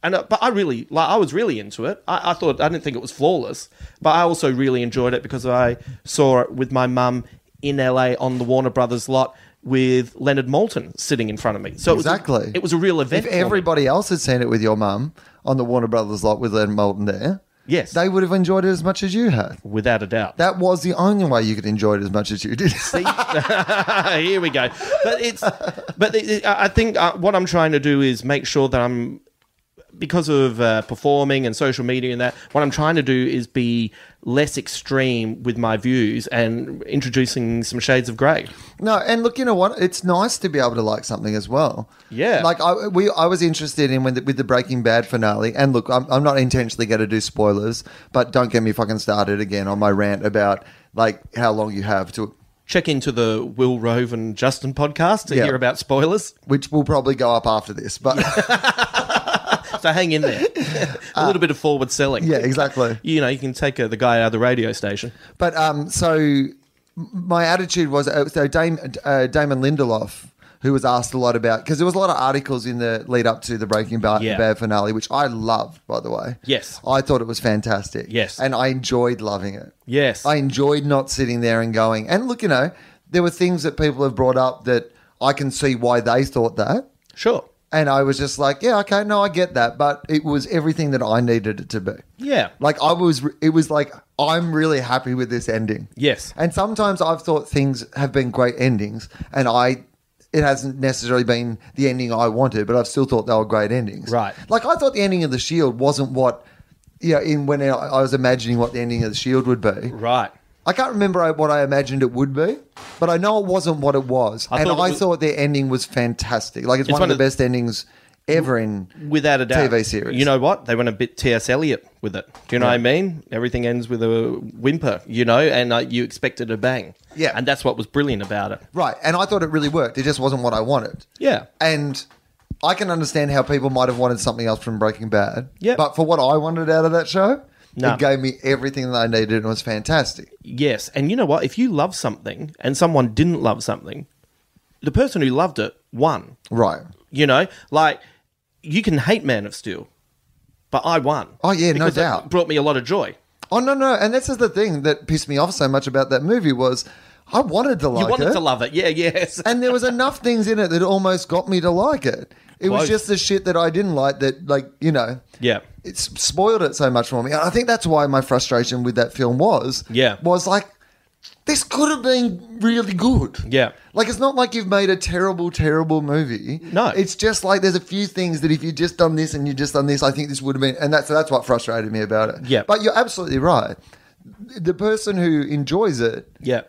[SPEAKER 4] And uh, but I really like I was really into it. I, I thought I didn't think it was flawless, but I also really enjoyed it because I saw it with my mum in LA on the Warner Brothers lot with Leonard Moulton sitting in front of me. So it
[SPEAKER 3] Exactly.
[SPEAKER 4] was a, it was a real event.
[SPEAKER 3] If
[SPEAKER 4] for me.
[SPEAKER 3] everybody else had seen it with your mum on the Warner Brothers lot with Len Moulton there,
[SPEAKER 4] Yes.
[SPEAKER 3] they would have enjoyed it as much as you had.
[SPEAKER 4] without a doubt.
[SPEAKER 3] That was the only way you could enjoy it as much as you did.
[SPEAKER 4] <laughs>
[SPEAKER 3] <laughs>
[SPEAKER 4] Here we go. But it's but it, it- I I think uh, what I'm trying to do is make sure that I'm because of uh, performing and social media and that, what I'm trying to do is be less extreme with my views and introducing some shades of grey.
[SPEAKER 3] No, and look, you know what? It's nice to be able to like something as well.
[SPEAKER 4] Yeah.
[SPEAKER 3] like I we I was interested in when the, with the Breaking Bad finale. And look, I'm, I'm not intentionally going to do spoilers, but don't get me fucking started again on my rant about like how long you have to,
[SPEAKER 4] Check into the Will Rove and Justin podcast to
[SPEAKER 3] Yeah.
[SPEAKER 4] hear about spoilers.
[SPEAKER 3] which will probably go up after this. But <laughs>
[SPEAKER 4] So hang in there. a little bit of forward selling.
[SPEAKER 3] yeah, exactly.
[SPEAKER 4] You know, you can take uh, the guy out of the radio station.
[SPEAKER 3] But um, so m- my attitude was uh, so Dame, uh, Damon Lindelof, who was asked a lot about because there was a lot of articles in the lead up to the Breaking Ba- Bad,
[SPEAKER 4] Yeah.
[SPEAKER 3] finale, which I loved, by the way.
[SPEAKER 4] Yes.
[SPEAKER 3] I thought it was fantastic.
[SPEAKER 4] Yes.
[SPEAKER 3] and I enjoyed loving it.
[SPEAKER 4] Yes.
[SPEAKER 3] I enjoyed not sitting there and going. And look, you know, there were things that people have brought up that I can see why they thought that
[SPEAKER 4] Sure.
[SPEAKER 3] And I was just like, yeah, okay, no, I get that. But it was everything that I needed it to be.
[SPEAKER 4] Yeah.
[SPEAKER 3] Like I was, it was like, I'm really happy with this ending.
[SPEAKER 4] Yes.
[SPEAKER 3] And sometimes I've thought things have been great endings and I, it hasn't necessarily been the ending I wanted, but I've still thought they were great endings.
[SPEAKER 4] Right.
[SPEAKER 3] Like I thought the ending of The Shield wasn't what, you know, in when I- I was imagining what the ending of The Shield would be.
[SPEAKER 4] Right.
[SPEAKER 3] I can't remember what I imagined it would be, but I know it wasn't what it was.
[SPEAKER 4] I
[SPEAKER 3] and
[SPEAKER 4] thought it
[SPEAKER 3] I
[SPEAKER 4] was-
[SPEAKER 3] thought their ending was fantastic. Like, it's,
[SPEAKER 4] It's
[SPEAKER 3] one,
[SPEAKER 4] one
[SPEAKER 3] of
[SPEAKER 4] of-
[SPEAKER 3] the best endings ever in.
[SPEAKER 4] Without a doubt.
[SPEAKER 3] TV series.
[SPEAKER 4] You know what? They went a bit T.S. Eliot with it. Do you know what I mean? Everything ends with a whimper, you know, and uh, you expected a bang.
[SPEAKER 3] Yeah.
[SPEAKER 4] And that's what was brilliant about it.
[SPEAKER 3] Right. And I thought it really worked. It just wasn't what I wanted.
[SPEAKER 4] Yeah.
[SPEAKER 3] And I can understand how people might have wanted something else from Breaking Bad.
[SPEAKER 4] Yep.
[SPEAKER 3] But for what I wanted out of that show,
[SPEAKER 4] No.
[SPEAKER 3] it gave me everything that I needed and it was fantastic.
[SPEAKER 4] Yes. And you know what? If you love something and someone didn't love something, the person who loved it won.
[SPEAKER 3] Right.
[SPEAKER 4] You know, like you can hate Man of Steel, but I won.
[SPEAKER 3] Oh, yeah, no
[SPEAKER 4] Because it
[SPEAKER 3] doubt.
[SPEAKER 4] brought me a lot of joy.
[SPEAKER 3] Oh, no, no. And this is the thing that pissed me off so much about that movie was I wanted to like
[SPEAKER 4] You wanted
[SPEAKER 3] it.
[SPEAKER 4] to love it. Yeah, yes.
[SPEAKER 3] and there was enough things in it that almost got me to like it. It
[SPEAKER 4] Close.
[SPEAKER 3] was just the shit that I didn't like that, like you know,
[SPEAKER 4] Yeah.
[SPEAKER 3] it s- spoiled it so much for me. And I think that's why my frustration with that film was,
[SPEAKER 4] Yeah.
[SPEAKER 3] was like this could have been really good.
[SPEAKER 4] Yeah.
[SPEAKER 3] like it's not like you've made a terrible, terrible movie.
[SPEAKER 4] No.
[SPEAKER 3] it's just like there's a few things that if you just done this and you just done this, I think this would have been, and that's that's what frustrated me about it.
[SPEAKER 4] Yeah.
[SPEAKER 3] but you're absolutely right. The person who enjoys it
[SPEAKER 4] yeah.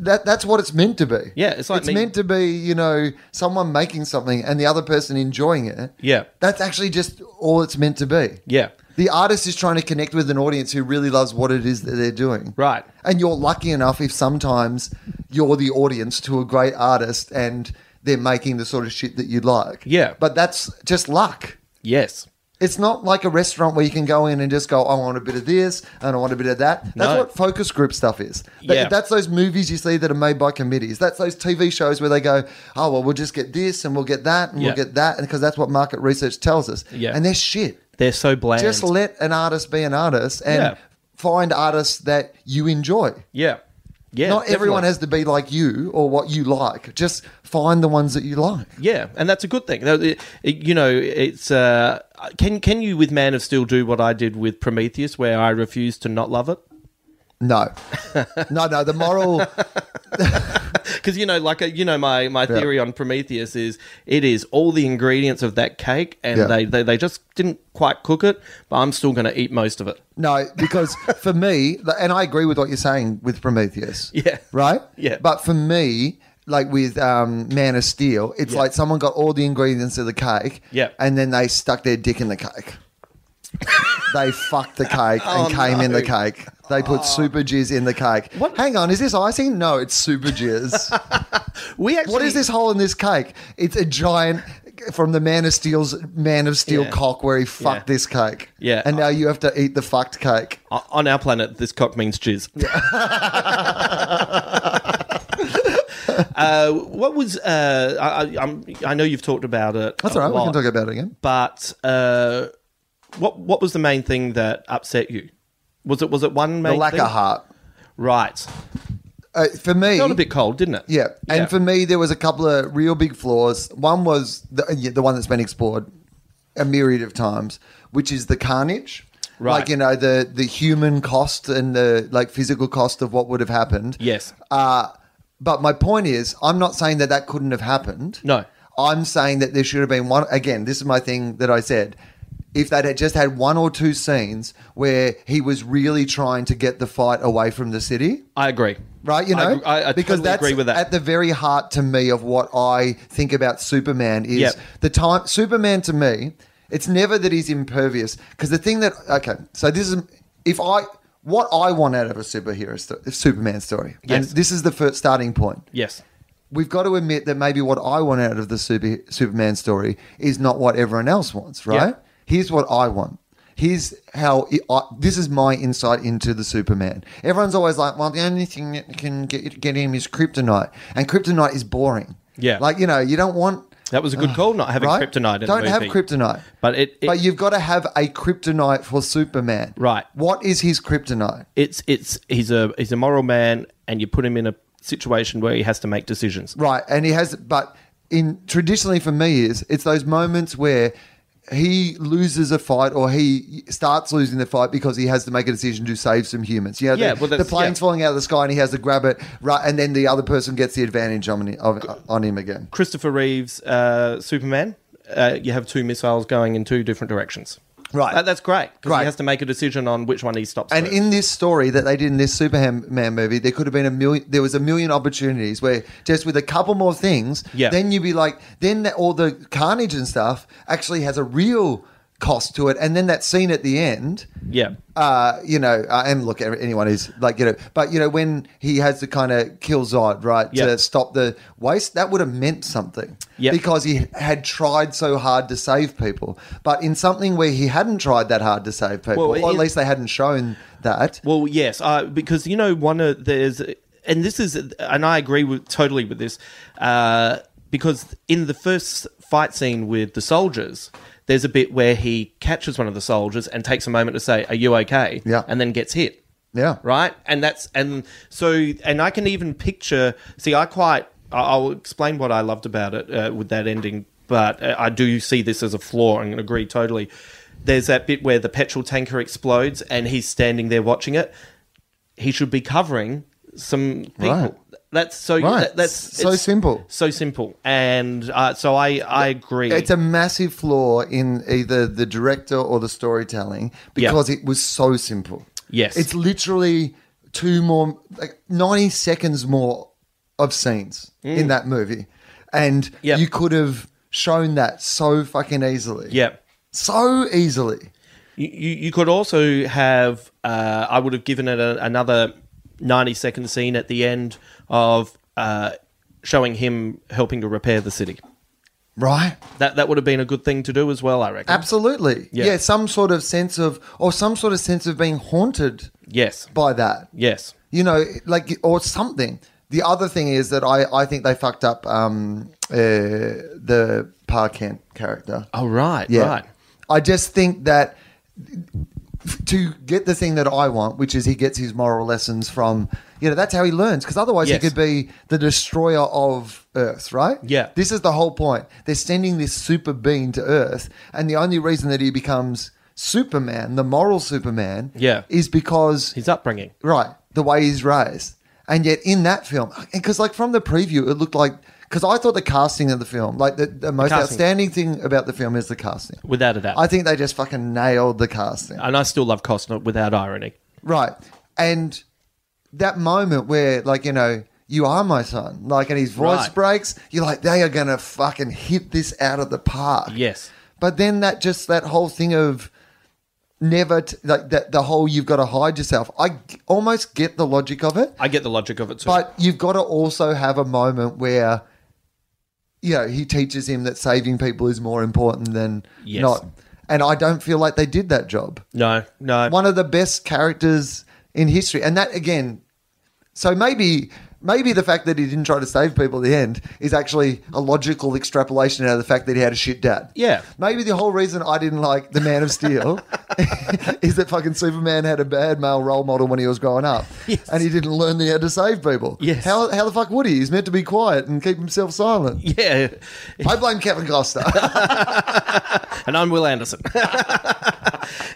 [SPEAKER 3] that that's what it's meant to be.
[SPEAKER 4] Yeah, it's like me-
[SPEAKER 3] meant to be, you know, someone making something and the other person enjoying it.
[SPEAKER 4] Yeah.
[SPEAKER 3] That's actually just all it's meant to be.
[SPEAKER 4] Yeah.
[SPEAKER 3] The artist is trying to connect with an audience who really loves what it is that they're doing.
[SPEAKER 4] Right.
[SPEAKER 3] And you're lucky enough if sometimes you're the audience to a great artist and they're making the sort of shit that you like.
[SPEAKER 4] Yeah.
[SPEAKER 3] But that's just luck.
[SPEAKER 4] Yes.
[SPEAKER 3] It's not like a restaurant where you can go in and just go, I want a bit of this and I want a bit of that. That's
[SPEAKER 4] No.
[SPEAKER 3] what focus group stuff is. That-
[SPEAKER 4] Yeah.
[SPEAKER 3] That's those movies you see that are made by committees. That's those TV shows where they go, oh, well, we'll just get this and we'll get that and
[SPEAKER 4] Yeah.
[SPEAKER 3] we'll get that. And because that's what market research tells us.
[SPEAKER 4] Yeah.
[SPEAKER 3] And they're shit.
[SPEAKER 4] They're so bland.
[SPEAKER 3] Just let an artist be an artist and
[SPEAKER 4] Yeah.
[SPEAKER 3] find artists that you enjoy.
[SPEAKER 4] yeah. Yeah.
[SPEAKER 3] Not everyone
[SPEAKER 4] definitely.
[SPEAKER 3] has to be like you or what you like. Just find the ones that you like.
[SPEAKER 4] Yeah, and that's a good thing. Though, it- it- You know, it's uh, can can you with Man of Steel do what I did with Prometheus, where I refused to not love it? <laughs>
[SPEAKER 3] No. no, no. The moral.
[SPEAKER 4] Because you know, like uh, you know, my my theory on Prometheus is it is all the ingredients of that cake, and
[SPEAKER 3] Yeah.
[SPEAKER 4] they, they they just didn't quite cook it, but I'm still going to eat most of it.
[SPEAKER 3] No,
[SPEAKER 4] <laughs>
[SPEAKER 3] because for me, and I agree with what you're saying with Prometheus.
[SPEAKER 4] Yeah.
[SPEAKER 3] Right?
[SPEAKER 4] Yeah.
[SPEAKER 3] But for me, like with um, Man of Steel, it's
[SPEAKER 4] Yeah.
[SPEAKER 3] like someone got all the ingredients of the cake.
[SPEAKER 4] Yeah.
[SPEAKER 3] And then they stuck their dick in the cake.
[SPEAKER 4] <laughs>
[SPEAKER 3] they fucked the cake
[SPEAKER 4] Oh,
[SPEAKER 3] and came in the cake. They put super jizz in the cake.
[SPEAKER 4] What-
[SPEAKER 3] Hang on, is this icing? No, it's super jizz.
[SPEAKER 4] <laughs> We actually
[SPEAKER 3] what is this hole in this cake? It's a giant from the Man of Steel's Man of Steel
[SPEAKER 4] Yeah.
[SPEAKER 3] cock where he fucked
[SPEAKER 4] Yeah.
[SPEAKER 3] this cake.
[SPEAKER 4] Yeah.
[SPEAKER 3] And now you have to eat the fucked cake.
[SPEAKER 4] O- on our planet, this cock means jizz. <laughs> uh, what was uh, I, I, I'm, I know you've talked about it.
[SPEAKER 3] That's
[SPEAKER 4] a
[SPEAKER 3] all right. We can
[SPEAKER 4] lot.
[SPEAKER 3] talk about it again.
[SPEAKER 4] but uh, what what was the main thing that upset you? Was it was it one main
[SPEAKER 3] The lack
[SPEAKER 4] thing?
[SPEAKER 3] of heart.
[SPEAKER 4] Right,
[SPEAKER 3] Uh, for me,
[SPEAKER 4] got a bit cold, didn't it?
[SPEAKER 3] yeah. And for me, there was a couple of real big flaws. One was the, uh, yeah, the one that's been explored a myriad of times, which is the carnage.
[SPEAKER 4] Right.
[SPEAKER 3] Like you know the the human cost and the like physical cost of what would have happened.
[SPEAKER 4] yes,
[SPEAKER 3] Uh, but my point is, I'm not saying that that couldn't have happened.
[SPEAKER 4] No.
[SPEAKER 3] I'm saying that there should have been one. Again, this is my thing that I said. If they'd had just had one or two scenes where he was really trying to get the fight away from the city,
[SPEAKER 4] I agree.
[SPEAKER 3] right? You
[SPEAKER 4] I-
[SPEAKER 3] know,
[SPEAKER 4] I, I,
[SPEAKER 3] because
[SPEAKER 4] totally
[SPEAKER 3] that's
[SPEAKER 4] agree with that.
[SPEAKER 3] at the very heart to me of what I think about Superman is
[SPEAKER 4] Yep.
[SPEAKER 3] the time Superman to me. It's never that he's impervious because the thing that okay, so this is if I what I want out of a superhero sto- Superman story, and
[SPEAKER 4] Yes.
[SPEAKER 3] this is the first starting point.
[SPEAKER 4] yes,
[SPEAKER 3] We've got to admit that maybe what I want out of the super, Superman story is not what everyone else wants, right?
[SPEAKER 4] Yeah.
[SPEAKER 3] Here's what I want. Here's how it, I, this is my insight into the Superman. Everyone's always like, well, the only thing that can get, get him is kryptonite, and kryptonite is boring.
[SPEAKER 4] Yeah.
[SPEAKER 3] like you know, you don't want
[SPEAKER 4] that was a good call. Not having
[SPEAKER 3] right?
[SPEAKER 4] kryptonite. In
[SPEAKER 3] don't
[SPEAKER 4] the
[SPEAKER 3] have
[SPEAKER 4] movie.
[SPEAKER 3] kryptonite,
[SPEAKER 4] But it- it-
[SPEAKER 3] but you've got to have a kryptonite for Superman,
[SPEAKER 4] Right.
[SPEAKER 3] What is his kryptonite?
[SPEAKER 4] It's it's he's a he's a moral man, and you put him in a situation where he has to make decisions.
[SPEAKER 3] Right, and he has, but in traditionally for me is it's those moments where he loses a fight or he starts losing the fight because he has to make a decision to save some humans. You know,
[SPEAKER 4] Yeah,
[SPEAKER 3] the,
[SPEAKER 4] well,
[SPEAKER 3] the
[SPEAKER 4] that's-
[SPEAKER 3] plane's
[SPEAKER 4] yeah.
[SPEAKER 3] falling out of the sky and he has to grab it, right, and then the other person gets the advantage on, of, on him again.
[SPEAKER 4] Christopher Reeves uh, Superman. Uh, you have two missiles going in two different directions.
[SPEAKER 3] Right.
[SPEAKER 4] That- that's great because
[SPEAKER 3] Great.
[SPEAKER 4] he has to make a decision on which one he stops.
[SPEAKER 3] And
[SPEAKER 4] first.
[SPEAKER 3] in this story that they did in this Superman movie, there could have been a million. There was a million opportunities where just with a couple more things,
[SPEAKER 4] Yeah.
[SPEAKER 3] then you'd be like, then that, all the carnage and stuff actually has a real cost to it, and then that scene at the end.
[SPEAKER 4] yeah,
[SPEAKER 3] Uh, you know, uh, and look, anyone who's like, you know, but you know, when he has to kind of kill Zod, right,
[SPEAKER 4] Yeah.
[SPEAKER 3] to stop the waste, that would have meant something
[SPEAKER 4] Yeah.
[SPEAKER 3] because he had tried so hard to save people. But in something where he hadn't tried that hard to save people,
[SPEAKER 4] Well,
[SPEAKER 3] or at
[SPEAKER 4] in-
[SPEAKER 3] least they hadn't shown that.
[SPEAKER 4] Well, yes, uh, because you know, one of there's, and this is, and I agree with totally with this, uh, because in the first fight scene with the soldiers, there's a bit where he catches one of the soldiers and takes a moment to say, "Are you okay?"
[SPEAKER 3] Yeah.
[SPEAKER 4] and then gets hit.
[SPEAKER 3] Yeah.
[SPEAKER 4] right. And that's and so and I can even picture. See, I quite. I- I'll explain what I loved about it uh, with that ending, but uh, I do see this as a flaw and agree totally. There's that bit where the petrol tanker explodes and he's standing there watching it he should be covering some people.
[SPEAKER 3] Right.
[SPEAKER 4] That's so.
[SPEAKER 3] Right.
[SPEAKER 4] That, that's
[SPEAKER 3] So
[SPEAKER 4] it's
[SPEAKER 3] simple.
[SPEAKER 4] So simple, and uh, so I I agree.
[SPEAKER 3] It's a massive flaw in either the director or the storytelling because it was so simple.
[SPEAKER 4] Yes.
[SPEAKER 3] It's literally two more, like 90 seconds more of scenes
[SPEAKER 4] Mm.
[SPEAKER 3] in that movie. And
[SPEAKER 4] Yep.
[SPEAKER 3] you could have shown that so fucking easily.
[SPEAKER 4] yeah.
[SPEAKER 3] So easily.
[SPEAKER 4] You, you you could also have uh, I would have given it a, another ninety second scene at the end of uh, showing him helping to repair the city.
[SPEAKER 3] Right?
[SPEAKER 4] That that would have been a good thing to do as well. I reckon.
[SPEAKER 3] Absolutely.
[SPEAKER 4] Yeah.
[SPEAKER 3] yeah. Some sort of sense of, or some sort of sense of being haunted
[SPEAKER 4] Yes.
[SPEAKER 3] by that.
[SPEAKER 4] Yes.
[SPEAKER 3] you know, like or something. The other thing is that I, I think they fucked up um, uh, the Parkant character.
[SPEAKER 4] Oh right.
[SPEAKER 3] Yeah.
[SPEAKER 4] Right.
[SPEAKER 3] I just think that to get the thing that I want, which is he gets his moral lessons from, you know, that's how he learns. Because otherwise,
[SPEAKER 4] Yes.
[SPEAKER 3] he could be the destroyer of Earth, right?
[SPEAKER 4] Yeah.
[SPEAKER 3] This is the whole point. They're sending this super being to Earth, and the only reason that he becomes Superman, the moral Superman,
[SPEAKER 4] Yeah.
[SPEAKER 3] is because
[SPEAKER 4] His upbringing.
[SPEAKER 3] Right. The way he's raised. And yet in that film, because like from the preview, it looked like, because I thought the casting of the film, like the, the most
[SPEAKER 4] casting.
[SPEAKER 3] outstanding thing about the film is the casting.
[SPEAKER 4] Without a doubt.
[SPEAKER 3] I think they just fucking nailed the casting.
[SPEAKER 4] and I still love Costner without irony.
[SPEAKER 3] Right. And that moment where, like, you know, you are my son, like, and his voice
[SPEAKER 4] Right.
[SPEAKER 3] breaks, you're like, they are going to fucking hit this out of the park.
[SPEAKER 4] Yes.
[SPEAKER 3] But then that just, that whole thing of never, t- like, that the whole you've got to hide yourself. I g- almost get the logic of it.
[SPEAKER 4] I get the logic of it too.
[SPEAKER 3] But you've got to also have a moment where, you know, he teaches him that saving people is more important than
[SPEAKER 4] Yes.
[SPEAKER 3] not. And I don't feel like they did that job.
[SPEAKER 4] no, no.
[SPEAKER 3] One of the best characters in history. And that, again, so maybe. Maybe the fact that he didn't try to save people at the end is actually a logical extrapolation out of the fact that he had a shit dad.
[SPEAKER 4] Yeah.
[SPEAKER 3] Maybe the whole reason I didn't like The Man of
[SPEAKER 4] <laughs>
[SPEAKER 3] Steel is that fucking Superman had a bad male role model when he was growing up.
[SPEAKER 4] Yes.
[SPEAKER 3] And he didn't learn that he had to save people.
[SPEAKER 4] Yes.
[SPEAKER 3] How, how the fuck would he? He's meant to be quiet and keep himself silent.
[SPEAKER 4] <laughs> yeah,
[SPEAKER 3] I blame Kevin
[SPEAKER 4] <laughs>
[SPEAKER 3] Costner.
[SPEAKER 4] and I'm Will Anderson.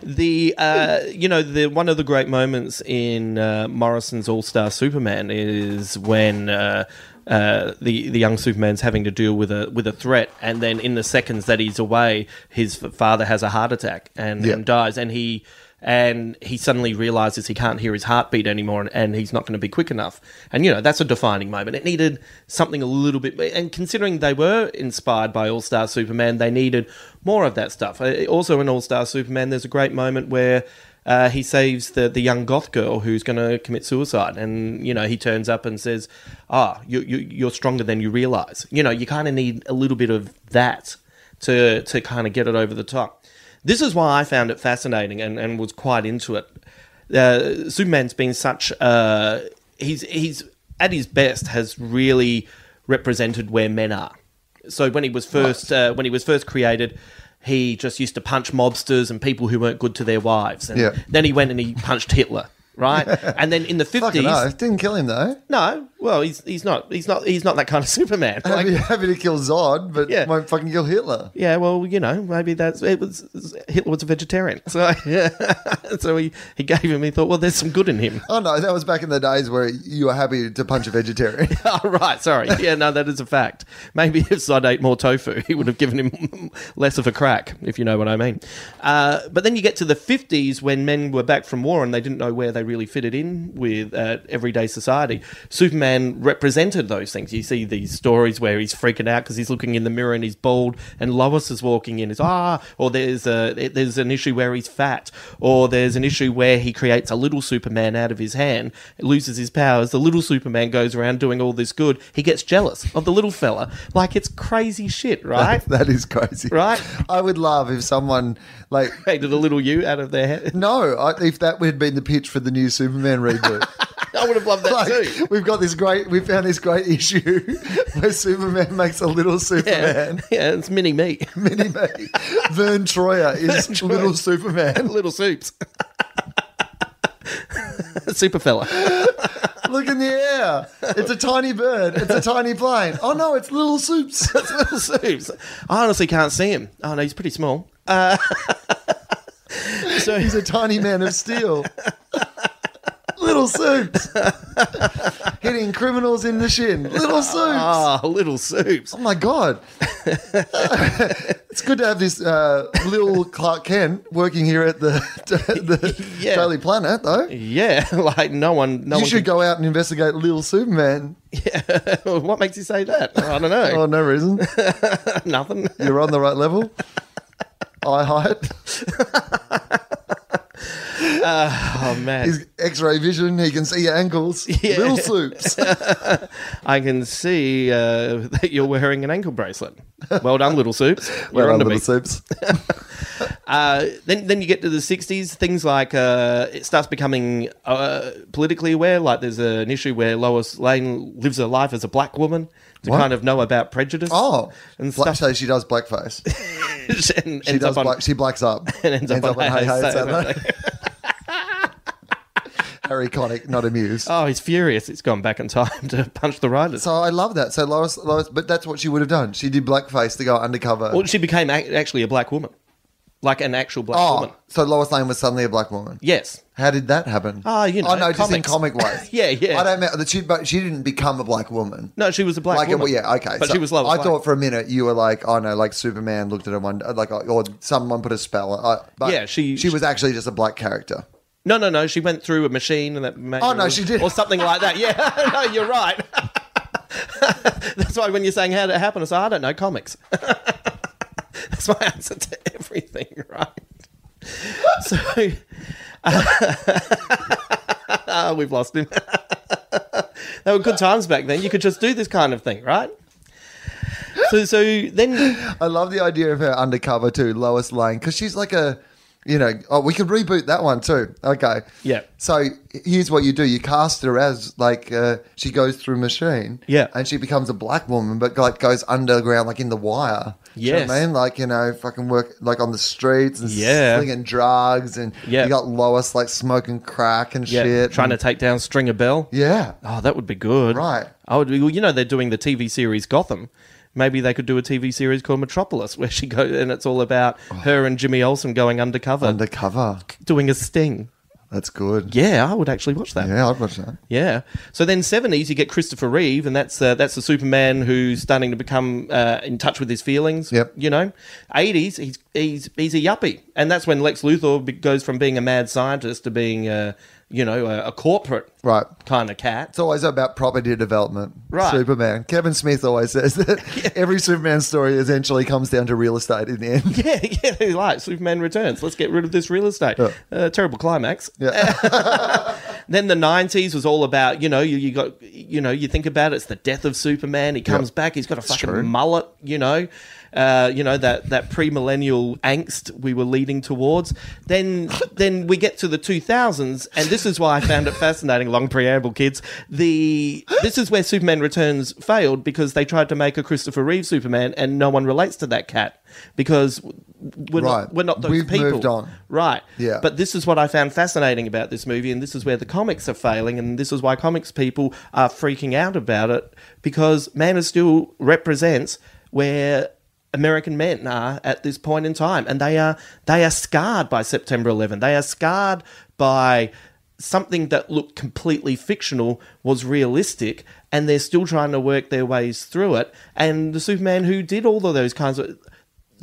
[SPEAKER 4] the uh, you know the one of the great moments in uh, Morrison's All Star Superman is when uh, uh, the the young Superman's having to deal with a with a threat, and then in the seconds that he's away, his father has a heart attack and,
[SPEAKER 3] Yeah.
[SPEAKER 4] and dies, and he. And he suddenly realizes he can't hear his heartbeat anymore, and, and he's not going to be quick enough. And you know that's a defining moment. It needed something a little bit. And considering they were inspired by All Star Superman, they needed more of that stuff. Uh, Also, in All Star Superman, there's a great moment where uh, he saves the, the young goth girl who's going to commit suicide, and you know he turns up and says, "Ah, you, you, you're stronger than you realize." You know, you kind of need a little bit of that to to kind of get it over the top. This is why I found it fascinating and, and was quite into it. Uh, Superman's been such uh, he's he's at his best has really represented where men are. So when he was first uh, when he was first created, he just used to punch mobsters and people who weren't good to their wives. And
[SPEAKER 3] Yeah. <laughs>
[SPEAKER 4] then he went and he punched Hitler, right? and then in the
[SPEAKER 3] fucking
[SPEAKER 4] fifties,
[SPEAKER 3] no. Didn't kill him, though.
[SPEAKER 4] no, Well, he's he's not he's not he's not that kind
[SPEAKER 3] <laughs>
[SPEAKER 4] of <laughs> Superman. Like,
[SPEAKER 3] happy, happy to kill Zod, but
[SPEAKER 4] Yeah.
[SPEAKER 3] won't fucking kill Hitler.
[SPEAKER 4] yeah, well, you know, maybe that's it was Hitler was a vegetarian, so <laughs> yeah, so he, he gave him. He thought, well, there's some good in him. <laughs>
[SPEAKER 3] Oh no, that was back in the days where you were happy to punch a vegetarian.
[SPEAKER 4] Oh, right, sorry. Yeah, no, that is a fact. Maybe if Zod ate more tofu, <laughs> he would have given him <laughs> less of a crack, if you know what I mean. Uh, but then you get to the 50s when men were back from war and they didn't know where they really fitted in with uh, everyday society. Superman represented those things. You see these stories where he's freaking out because he's looking in the mirror and he's bald, and Lois is walking in. It's, ah, or there's, a, there's an issue where he's fat, or there's an issue where he creates a little Superman out of his hand, loses his powers. The little Superman goes around doing all this good. He gets jealous of the little fella. Like it's crazy shit, <laughs> right?
[SPEAKER 3] <laughs> that is crazy,
[SPEAKER 4] Right.
[SPEAKER 3] I would love if someone like
[SPEAKER 4] <laughs> Created a little you out of their hand.
[SPEAKER 3] no, I, if that had been the pitch for the new Superman reboot.
[SPEAKER 4] <laughs> I would have loved <laughs> that too.
[SPEAKER 3] <laughs> Like, we've got this great, we found this great issue <laughs> where Superman makes a little
[SPEAKER 4] <laughs> Yeah.
[SPEAKER 3] Superman.
[SPEAKER 4] yeah, it's mini me,
[SPEAKER 3] Mini me. Vern Troyer is <laughs> little Superman.
[SPEAKER 4] <laughs> <laughs> little soups, super fella.
[SPEAKER 3] Look in the air. It's a tiny bird. It's
[SPEAKER 4] <laughs>
[SPEAKER 3] a tiny plane. Oh no, it's little Soups.
[SPEAKER 4] That's little Supes. I honestly can't see him. Oh no, he's pretty small. Uh, <laughs> so
[SPEAKER 3] He's a tiny man of steel. little Soups. Hitting criminals in the shin. Little Soups. Oh
[SPEAKER 4] <laughs> ah, little Supes.
[SPEAKER 3] my god. it's good to have this uh, little Clark Kent working here at the, the
[SPEAKER 4] Yeah.
[SPEAKER 3] Daily Planet, though.
[SPEAKER 4] Yeah, <laughs> like no one, no
[SPEAKER 3] you
[SPEAKER 4] one
[SPEAKER 3] should go out and investigate Little Superman.
[SPEAKER 4] <laughs> what makes you say that? I don't know.
[SPEAKER 3] Oh, no reason.
[SPEAKER 4] <laughs> Nothing.
[SPEAKER 3] You're on the right
[SPEAKER 4] <laughs>
[SPEAKER 3] level. Eye height.
[SPEAKER 4] Oh man,
[SPEAKER 3] His X-ray vision. He can see your ankles. Little Soups.
[SPEAKER 4] I can see uh, <laughs> that you're wearing an ankle bracelet. Well done, little soups. You're
[SPEAKER 3] Well,
[SPEAKER 4] onto
[SPEAKER 3] Little
[SPEAKER 4] me.
[SPEAKER 3] Soups.
[SPEAKER 4] Uh, then, then you get to the '60s. Things like uh, it starts becoming uh, politically aware. Like there's an issue where Lois Lane lives her life as a black woman to
[SPEAKER 3] What?
[SPEAKER 4] kind of know about prejudice.
[SPEAKER 3] Oh,
[SPEAKER 4] <laughs> and
[SPEAKER 3] black,
[SPEAKER 4] stuff.
[SPEAKER 3] so she does blackface.
[SPEAKER 4] <laughs> and
[SPEAKER 3] She
[SPEAKER 4] ends
[SPEAKER 3] does
[SPEAKER 4] up on
[SPEAKER 3] black, she blacks up
[SPEAKER 4] <laughs> and ends, up on,
[SPEAKER 3] Hey Hey
[SPEAKER 4] Hey Hey
[SPEAKER 3] Saturday.
[SPEAKER 4] Saturday.
[SPEAKER 3] <laughs> Harry Connick, not amused.
[SPEAKER 4] Oh, he's furious. It's gone back in time <laughs> to punch the writers.
[SPEAKER 3] So I love that. So Lois, Lois, but that's what she would have done. She did blackface to go undercover.
[SPEAKER 4] Well, she became ac actually a black woman, like an actual black
[SPEAKER 3] oh,
[SPEAKER 4] woman.
[SPEAKER 3] so Lois Lane was suddenly a black woman.
[SPEAKER 4] Yes.
[SPEAKER 3] How did that happen?
[SPEAKER 4] Ah, you
[SPEAKER 3] oh,
[SPEAKER 4] know,
[SPEAKER 3] no, just in
[SPEAKER 4] comics.
[SPEAKER 3] comic ways.
[SPEAKER 4] <laughs> Yeah, yeah.
[SPEAKER 3] I don't know. that She, but she didn't become a black woman.
[SPEAKER 4] No, she was a black
[SPEAKER 3] like,
[SPEAKER 4] woman.
[SPEAKER 3] well, yeah, okay.
[SPEAKER 4] But
[SPEAKER 3] so
[SPEAKER 4] she was Lois
[SPEAKER 3] I
[SPEAKER 4] Lane.
[SPEAKER 3] thought for a minute you were like, oh no, like Superman looked at her one, like, or someone put a spell. Uh, but
[SPEAKER 4] Yeah, she-
[SPEAKER 3] she was actually just a black character.
[SPEAKER 4] No, no, no. She went through a machine and that. Made
[SPEAKER 3] Oh, no, she did.
[SPEAKER 4] or something like that. Yeah, <laughs> no, you're right. <laughs> That's why when you're saying how did it happen, I say I don't know comics. <laughs> That's my answer to everything, <laughs> right? so <laughs> uh, we've lost him. <laughs> they were good times back then. You could just do this kind of thing, right? So, so then,
[SPEAKER 3] I love the idea of her undercover too, Lois Lane, because she's like a, you know, oh, we could reboot that one too. Okay.
[SPEAKER 4] Yeah.
[SPEAKER 3] So here's what you do: you cast her as like uh, she goes through machine.
[SPEAKER 4] Yeah.
[SPEAKER 3] And she becomes a black woman, but like goes underground, like in the wire. Do You know what
[SPEAKER 4] Yes.
[SPEAKER 3] I mean, like you know, fucking work like on the streets and
[SPEAKER 4] Yeah.
[SPEAKER 3] slinging drugs, and
[SPEAKER 4] Yeah.
[SPEAKER 3] you got Lois like smoking crack and
[SPEAKER 4] yeah,
[SPEAKER 3] shit,
[SPEAKER 4] trying to
[SPEAKER 3] and-
[SPEAKER 4] take down Stringer Bell.
[SPEAKER 3] yeah.
[SPEAKER 4] Oh, that would be good.
[SPEAKER 3] Right.
[SPEAKER 4] I would. Well, you know, they're doing the TV series Gotham. Maybe they could do a TV series called Metropolis, <laughs> where she goes and it's all about
[SPEAKER 3] Oh.
[SPEAKER 4] her and Jimmy Olsen going undercover,
[SPEAKER 3] Undercover.
[SPEAKER 4] doing a sting.
[SPEAKER 3] That's good.
[SPEAKER 4] Yeah, I would actually watch that.
[SPEAKER 3] Yeah, I'd watch that.
[SPEAKER 4] Yeah. So then seventies, you get Christopher Reeve, and that's uh, that's the Superman who's starting to become uh, in touch with his feelings.
[SPEAKER 3] Yep.
[SPEAKER 4] You know, eighties, he's he's he's a yuppie, and that's when Lex Luthor be- goes from being a mad scientist to being, uh, you know, a, a corporate
[SPEAKER 3] Right.
[SPEAKER 4] kind of cat.
[SPEAKER 3] It's always about property development.
[SPEAKER 4] Right.
[SPEAKER 3] Superman. Kevin Smith always says that every Superman story essentially comes down to real estate in the end.
[SPEAKER 4] <laughs> Yeah, yeah, they like Superman Returns. Let's get rid of this real estate. Uh, terrible climax. then the nineties was all about you know you, you got you know you think about it, it's the death of Superman. He comes back. He's got a fucking
[SPEAKER 3] true.
[SPEAKER 4] mullet. you know, uh, you know that that pre-millennial angst we were leading towards.
[SPEAKER 3] <laughs>
[SPEAKER 4] Then then we get to the 2000s, and this is why I found it fascinating. Long preamble, kids. The this is where Superman Returns failed because they tried to make a Christopher Reeve Superman, and no one relates to that cat because we're
[SPEAKER 3] Right.
[SPEAKER 4] not we're not those
[SPEAKER 3] We've
[SPEAKER 4] people.
[SPEAKER 3] moved on.
[SPEAKER 4] Right.
[SPEAKER 3] Yeah.
[SPEAKER 4] But this is what I found fascinating about this movie, and this is where the comics are failing, and this is why comics people are freaking out about it because Man of Steel represents where American men are at this point in time, and they are they are scarred by September 11. They are scarred by something that looked completely fictional was realistic and they're still trying to work their ways through it and the superman who did all of those kinds of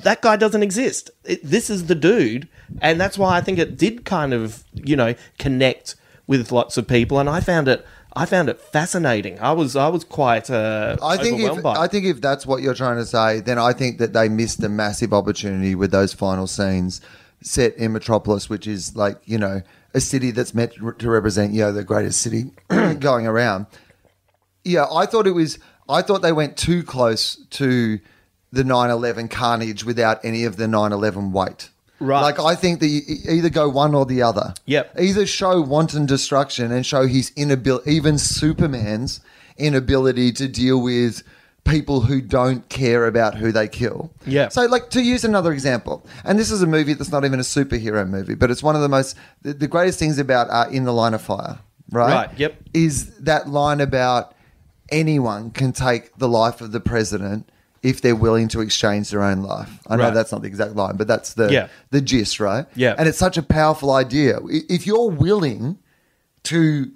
[SPEAKER 4] that guy doesn't exist. It, this is the dude, and that's why I think it did kind of you know connect with lots of people, and I found it I found it fascinating. I was I was quite uh,
[SPEAKER 3] I think
[SPEAKER 4] overwhelmed
[SPEAKER 3] if
[SPEAKER 4] by. it.
[SPEAKER 3] I think if that's what you're trying to say, then I think that they missed a massive opportunity with those final scenes set in Metropolis, which is like you know a city that's meant to represent you know the greatest city <clears throat> going around. Yeah, I thought it was. I thought they went too close to the 9/11 carnage without any of the 9/11 weight.
[SPEAKER 4] Right.
[SPEAKER 3] Like I think that you e- either go one or the other.
[SPEAKER 4] Yep.
[SPEAKER 3] Either show wanton destruction and show his inability, even Superman's inability to deal with people who don't care about who they kill.
[SPEAKER 4] Yeah.
[SPEAKER 3] So, like, to use another example, and this is a movie that's not even a superhero movie, but it's one of the most, the, the greatest things about uh, In the Line of Fire, right?
[SPEAKER 4] Right, yep.
[SPEAKER 3] Is that line about anyone can take the life of the president if they're willing to exchange their own life. I know
[SPEAKER 4] Right.
[SPEAKER 3] that's not the exact line, but that's the
[SPEAKER 4] Yeah.
[SPEAKER 3] the gist, right?
[SPEAKER 4] Yeah.
[SPEAKER 3] And it's such a powerful idea. I- If you're willing to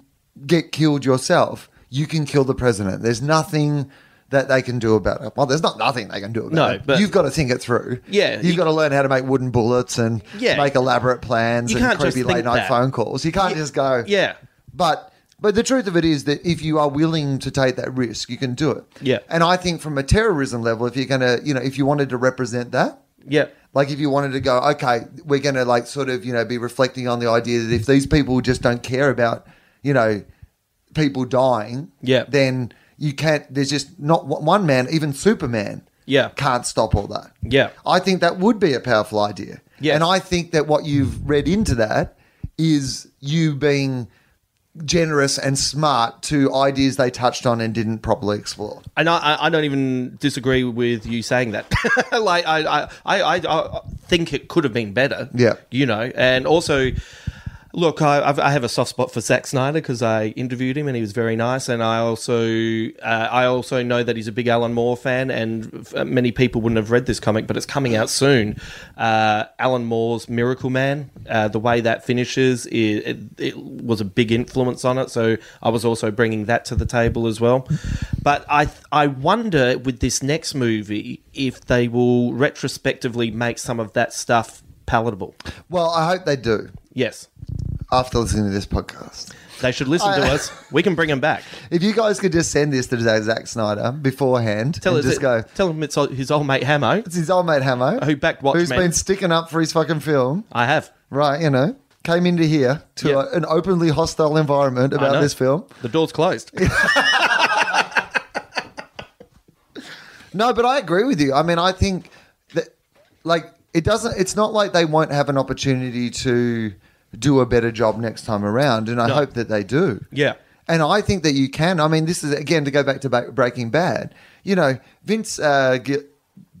[SPEAKER 3] get killed yourself, you can kill the president. There's nothing that they can do about it. Well, there's not nothing they can do about
[SPEAKER 4] No,
[SPEAKER 3] it.
[SPEAKER 4] but-
[SPEAKER 3] you've got to think it through.
[SPEAKER 4] Yeah,
[SPEAKER 3] You've
[SPEAKER 4] you-
[SPEAKER 3] got to learn how to make wooden bullets and
[SPEAKER 4] Yeah.
[SPEAKER 3] make elaborate plans
[SPEAKER 4] You
[SPEAKER 3] and
[SPEAKER 4] can't just
[SPEAKER 3] creepy late
[SPEAKER 4] think
[SPEAKER 3] night
[SPEAKER 4] that.
[SPEAKER 3] phone calls. You can't
[SPEAKER 4] Ye-
[SPEAKER 3] just go
[SPEAKER 4] yeah.
[SPEAKER 3] But but the truth of it is that if you are willing to take that risk, you can do it.
[SPEAKER 4] Yeah.
[SPEAKER 3] And I think from a terrorism level, if you're gonna you know, if you wanted to represent that,
[SPEAKER 4] yeah,
[SPEAKER 3] like if you wanted to go, okay, we're going to like sort of you know be reflecting on the idea that if these people just don't care about you know people dying,
[SPEAKER 4] Yeah.
[SPEAKER 3] then you can't. There's just not one- one man, even Superman,
[SPEAKER 4] Yeah.
[SPEAKER 3] can't stop all that.
[SPEAKER 4] Yeah.
[SPEAKER 3] I think that would be a powerful idea.
[SPEAKER 4] Yes.
[SPEAKER 3] and I think that what you've read into that is you being generous and smart to ideas they touched on and didn't properly explore.
[SPEAKER 4] and I, I- I don't even disagree with you saying that. <laughs> like I, I, I, I, I think it could have been better.
[SPEAKER 3] Yeah.
[SPEAKER 4] you know, and also. Look, I, I've- I have a soft spot for Zack Snyder because I interviewed him and he was very nice, and I also uh, I also know that he's a big Alan Moore fan, and f- uh, many people wouldn't have read this comic, but it's coming out soon. Uh, Alan Moore's Miracle Man, uh, the way that finishes, it, it, it was a big influence on it, so I was also bringing that to the table as well. But I I wonder with this next movie if they will retrospectively make some of that stuff palatable.
[SPEAKER 3] Well, I hope they do
[SPEAKER 4] Yes.
[SPEAKER 3] after listening to this podcast.
[SPEAKER 4] They should listen to
[SPEAKER 3] I-
[SPEAKER 4] us. We can bring
[SPEAKER 3] <laughs>
[SPEAKER 4] them back.
[SPEAKER 3] If you guys could just send this to Zack Snyder beforehand,
[SPEAKER 4] Tell
[SPEAKER 3] and
[SPEAKER 4] us,
[SPEAKER 3] just go.
[SPEAKER 4] tell him it's his old mate Hamo.
[SPEAKER 3] It's his old mate Hamo,
[SPEAKER 4] Who backed Watchmen.
[SPEAKER 3] who's been sticking up for his fucking film,
[SPEAKER 4] I have
[SPEAKER 3] right? You know, came into here to
[SPEAKER 4] Yeah.
[SPEAKER 3] a- an openly hostile environment
[SPEAKER 4] I
[SPEAKER 3] about
[SPEAKER 4] know.
[SPEAKER 3] this film.
[SPEAKER 4] The door's closed.
[SPEAKER 3] No, but I agree with you. I mean, I think that like it doesn't. It's not like they won't have an opportunity to do a better job next time around, and I
[SPEAKER 4] No.
[SPEAKER 3] hope that they do.
[SPEAKER 4] Yeah.
[SPEAKER 3] And I think that you can. I mean, this is again to go back to ba- Breaking Bad. You know, Vince uh, Gi-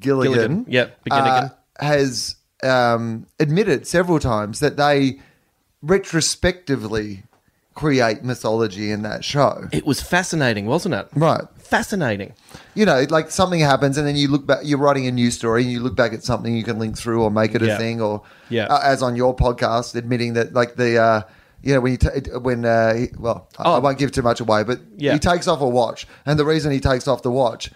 [SPEAKER 3] Gilligan, uh,
[SPEAKER 4] Gilligan. Yep. Beginnigan.
[SPEAKER 3] has um, admitted several times that they retrospectively create mythology in that show.
[SPEAKER 4] it was fascinating, wasn't it?
[SPEAKER 3] Right.
[SPEAKER 4] Fascinating.
[SPEAKER 3] You know, like something happens, and then you look back. You're writing a news story, and you look back at something you can link through or make it a
[SPEAKER 4] Yeah.
[SPEAKER 3] thing, or
[SPEAKER 4] Yeah.
[SPEAKER 3] uh, as on your podcast, admitting that like the uh, you know when you t- when uh, he- well I- I
[SPEAKER 4] Oh.
[SPEAKER 3] won't give too much away, but
[SPEAKER 4] Yeah.
[SPEAKER 3] he takes off a watch, and the reason he takes off the watch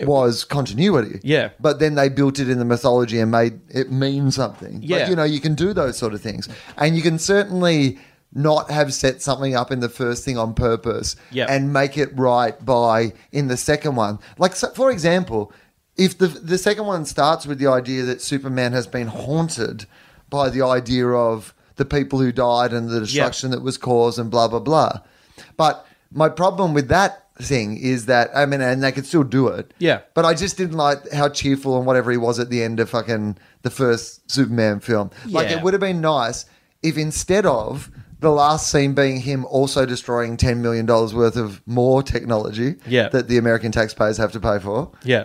[SPEAKER 3] was continuity.
[SPEAKER 4] Yeah.
[SPEAKER 3] but then they built it in the mythology and made it mean something. Like,
[SPEAKER 4] Yeah.
[SPEAKER 3] you know, you can do those sort of things, and you can certainly. Not have set something up in the first thing on purpose
[SPEAKER 4] Yeah.
[SPEAKER 3] and make it right by in the second one. Like so, for example, if the the second one starts with the idea that Superman has been haunted by the idea of the people who died and the destruction that was caused and blah blah blah. But my problem with that thing is that I mean, and they could still do it.
[SPEAKER 4] Yeah.
[SPEAKER 3] But I just didn't like how cheerful and whatever he was at the end of fucking the first Superman film. Like
[SPEAKER 4] Yeah.
[SPEAKER 3] it would have been nice if instead of the last scene being him also destroying ten million dollars worth of more technology
[SPEAKER 4] Yeah.
[SPEAKER 3] that the American taxpayers have to pay for.
[SPEAKER 4] Yeah.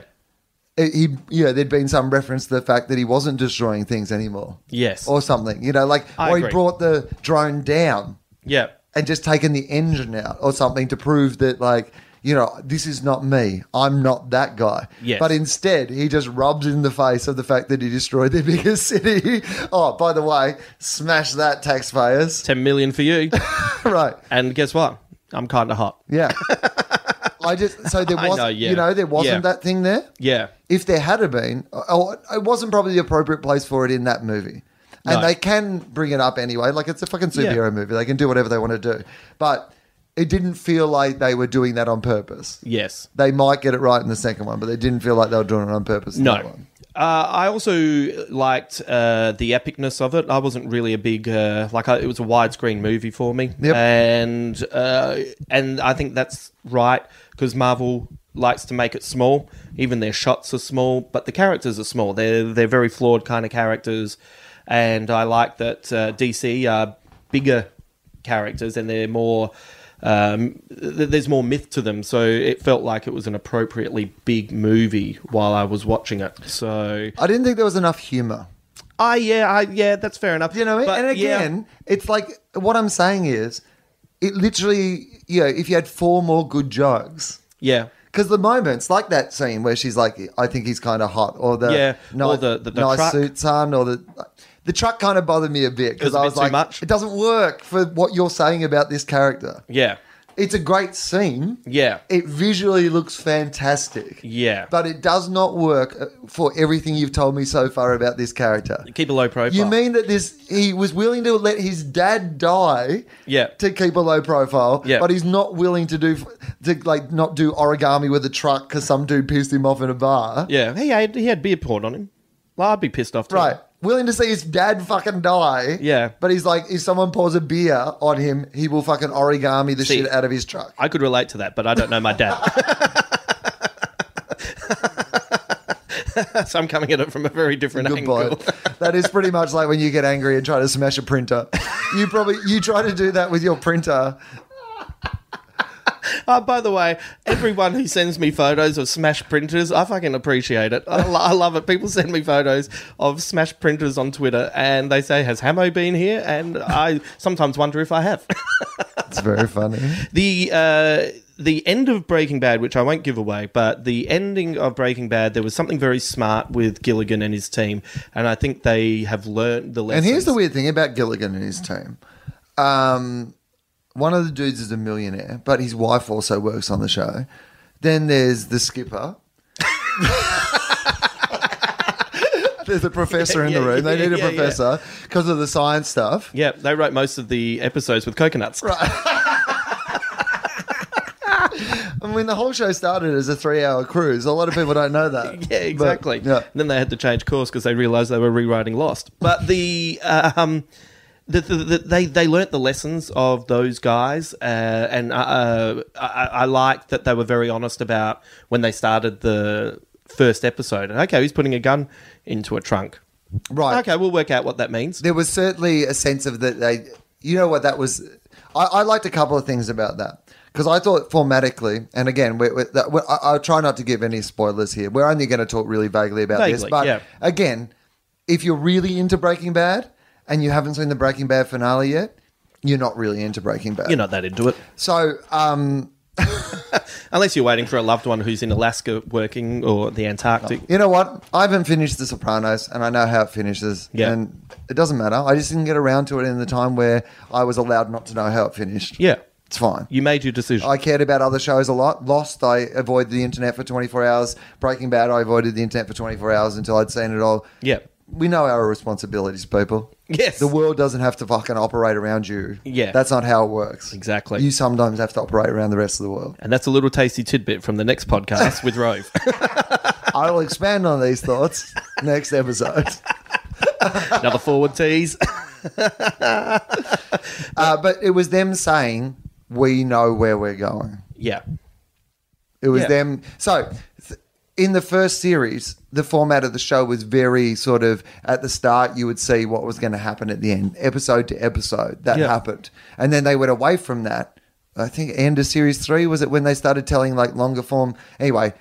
[SPEAKER 3] it- He, you know, there'd been some reference to the fact that he wasn't destroying things anymore.
[SPEAKER 4] Yes.
[SPEAKER 3] Or something, you know, like,
[SPEAKER 4] I
[SPEAKER 3] or
[SPEAKER 4] agree.
[SPEAKER 3] he brought the drone down
[SPEAKER 4] Yeah.
[SPEAKER 3] and just taken the engine out or something to prove that like you know this is not me i'm not that guy
[SPEAKER 4] Yes.
[SPEAKER 3] but instead he just rubs in the face of the <laughs> fact that he destroyed their biggest city oh by the way smash that taxpayers <laughs>
[SPEAKER 4] 10 million for you.
[SPEAKER 3] right
[SPEAKER 4] and guess what? I'm kind of hot. <laughs>
[SPEAKER 3] yeah i just so there
[SPEAKER 4] I
[SPEAKER 3] was
[SPEAKER 4] know,
[SPEAKER 3] not
[SPEAKER 4] yeah.
[SPEAKER 3] you know there wasn't
[SPEAKER 4] Yeah.
[SPEAKER 3] that thing there
[SPEAKER 4] Yeah.
[SPEAKER 3] if there had have been, oh, it wasn't probably the appropriate place for it in that movie. And
[SPEAKER 4] No.
[SPEAKER 3] they can bring it up anyway. Like it's a fucking superhero
[SPEAKER 4] Yeah.
[SPEAKER 3] movie. They can do whatever they want to do. But it didn't feel like they were doing that on purpose.
[SPEAKER 4] Yes.
[SPEAKER 3] They might get it right in the second one, but they didn't feel like they were doing it on purpose. in that
[SPEAKER 4] No.
[SPEAKER 3] one.
[SPEAKER 4] Uh, I also liked uh, the epicness of it. I wasn't really a big uh, like I, it was a widescreen movie for me,
[SPEAKER 3] Yep.
[SPEAKER 4] and uh, and I think that's right because Marvel likes to make it small. Even their shots are small, but the characters are small. They're they're very flawed kind of characters, and I like that uh, DC are bigger characters and they're more. Um, th- there's more myth to them, so it felt like it was an appropriately big movie while I was watching it. So
[SPEAKER 3] I didn't think there was enough humor.
[SPEAKER 4] Ah, yeah, I, yeah, that's fair enough.
[SPEAKER 3] You know, what I
[SPEAKER 4] But,
[SPEAKER 3] mean? and
[SPEAKER 4] yeah.
[SPEAKER 3] again, it's like what I'm saying is, it literally, you know, if you had four more good jokes,
[SPEAKER 4] yeah,
[SPEAKER 3] Because the moments, like that scene where she's like, "I think he's kind of hot," or the
[SPEAKER 4] Yeah,
[SPEAKER 3] nice,
[SPEAKER 4] or the- the- the
[SPEAKER 3] nice
[SPEAKER 4] truck.
[SPEAKER 3] suits on, or the the truck kind of bothered me a bit
[SPEAKER 4] was
[SPEAKER 3] because
[SPEAKER 4] a
[SPEAKER 3] I
[SPEAKER 4] bit
[SPEAKER 3] was
[SPEAKER 4] too
[SPEAKER 3] like,
[SPEAKER 4] much.
[SPEAKER 3] "It doesn't work for what you're saying about this character."
[SPEAKER 4] yeah,
[SPEAKER 3] It's a great scene.
[SPEAKER 4] yeah,
[SPEAKER 3] It visually looks fantastic.
[SPEAKER 4] Yeah.
[SPEAKER 3] But it does not work uh, for everything you've told me so far about this character.
[SPEAKER 4] Keep a low profile.
[SPEAKER 3] You mean that this he was willing to let his dad die
[SPEAKER 4] Yeah.
[SPEAKER 3] to keep a low profile,
[SPEAKER 4] Yeah.
[SPEAKER 3] but he's not willing to do to like not do origami with a truck because some dude pissed him off in a bar.
[SPEAKER 4] Yeah, he had, he had beer poured on him. Well, I'd be pissed off. Too.
[SPEAKER 3] Right. Willing to see his dad fucking die.
[SPEAKER 4] Yeah.
[SPEAKER 3] But he's like, if someone pours a beer on him, he will fucking origami the
[SPEAKER 4] See.
[SPEAKER 3] shit out of his truck.
[SPEAKER 4] I could relate to that, but I don't know my
[SPEAKER 3] <laughs>
[SPEAKER 4] dad. <laughs> so I'm coming at it from a very different
[SPEAKER 3] Good
[SPEAKER 4] angle. <laughs>
[SPEAKER 3] boy. that is pretty much like when you get angry and try to smash a printer. You probably you try to do that with your printer.
[SPEAKER 4] Oh, by the way, everyone who sends me photos of smashed printers, I fucking appreciate it. I, lo- I love it. People send me photos of smashed printers on Twitter, and they say, "Has Hamo been here?" And I sometimes wonder if I have. <laughs>
[SPEAKER 3] It's very funny.
[SPEAKER 4] the uh, the end of Breaking Bad, which I won't give away, but the ending of Breaking Bad, there was something very smart with Gilligan and his team, and I think they have learned the lesson.
[SPEAKER 3] And here's the weird thing about Gilligan and his team. Um, one of the dudes is a millionaire, but his wife also works on the show. Then there's the skipper. <laughs> there's a professor in the
[SPEAKER 4] <laughs> Yeah,
[SPEAKER 3] room. They
[SPEAKER 4] yeah,
[SPEAKER 3] need a
[SPEAKER 4] yeah, yeah.
[SPEAKER 3] professor because of the science stuff.
[SPEAKER 4] yeah, they wrote most of the episodes with coconuts.
[SPEAKER 3] I mean, the whole show started as a three-hour cruise. A lot of people don't know that.
[SPEAKER 4] <laughs> Yeah,
[SPEAKER 3] But,
[SPEAKER 4] exactly.
[SPEAKER 3] yeah.
[SPEAKER 4] And then they had to change course because they realized they were rewriting Lost. But the um, the, the, the, they they learnt the lessons of those guys, uh, and uh, I, I I liked that they were very honest about when they started the first episode. And okay, he's putting a gun into a trunk.
[SPEAKER 3] Right.
[SPEAKER 4] Okay, we'll work out what that means.
[SPEAKER 3] there was certainly a sense of that they you know what that was i, I liked a couple of things about that because i thought formatically and again we we that, we I, i'll try not to give any spoilers here we're only going to talk really vaguely about
[SPEAKER 4] Vaguely,
[SPEAKER 3] this but
[SPEAKER 4] yeah.
[SPEAKER 3] again if you're really into breaking bad and you haven't seen the breaking bad finale yet you're not really into breaking bad
[SPEAKER 4] You're not that into it,
[SPEAKER 3] so um
[SPEAKER 4] unless you're waiting for a loved one who's in Alaska working or the Antarctic.
[SPEAKER 3] You know what? I haven't finished The Sopranos, and I know how it finishes.
[SPEAKER 4] Yeah.
[SPEAKER 3] And it doesn't matter. I just didn't get around to it in the time where I was allowed not to know how it finished.
[SPEAKER 4] Yeah.
[SPEAKER 3] It's fine.
[SPEAKER 4] You made your decision.
[SPEAKER 3] I cared about other shows a lot. Lost, I avoided the internet for 24 hours. Breaking Bad, I avoided the internet for 24 hours until I'd seen it all.
[SPEAKER 4] Yeah.
[SPEAKER 3] We know our responsibilities, people.
[SPEAKER 4] Yes.
[SPEAKER 3] The world doesn't have to fucking operate around you.
[SPEAKER 4] Yeah.
[SPEAKER 3] That's not how it works.
[SPEAKER 4] Exactly.
[SPEAKER 3] You sometimes have to operate around the rest of the
[SPEAKER 4] <laughs>
[SPEAKER 3] world.
[SPEAKER 4] and that's a little tasty tidbit from the next podcast with Rove.
[SPEAKER 3] I will expand on these thoughts next
[SPEAKER 4] <laughs>
[SPEAKER 3] episode.
[SPEAKER 4] Another forward tease. <laughs>
[SPEAKER 3] Uh, but it was them saying, "We know where we're going."
[SPEAKER 4] yeah.
[SPEAKER 3] It was
[SPEAKER 4] Yeah.
[SPEAKER 3] them. So th- in the first series, the format of the show was very sort of at the start, you would see what was going to happen at the end, episode to episode. That
[SPEAKER 4] Yeah.
[SPEAKER 3] happened. And then they went away from that. I think end of series three was it when they started telling like longer form. Anyway,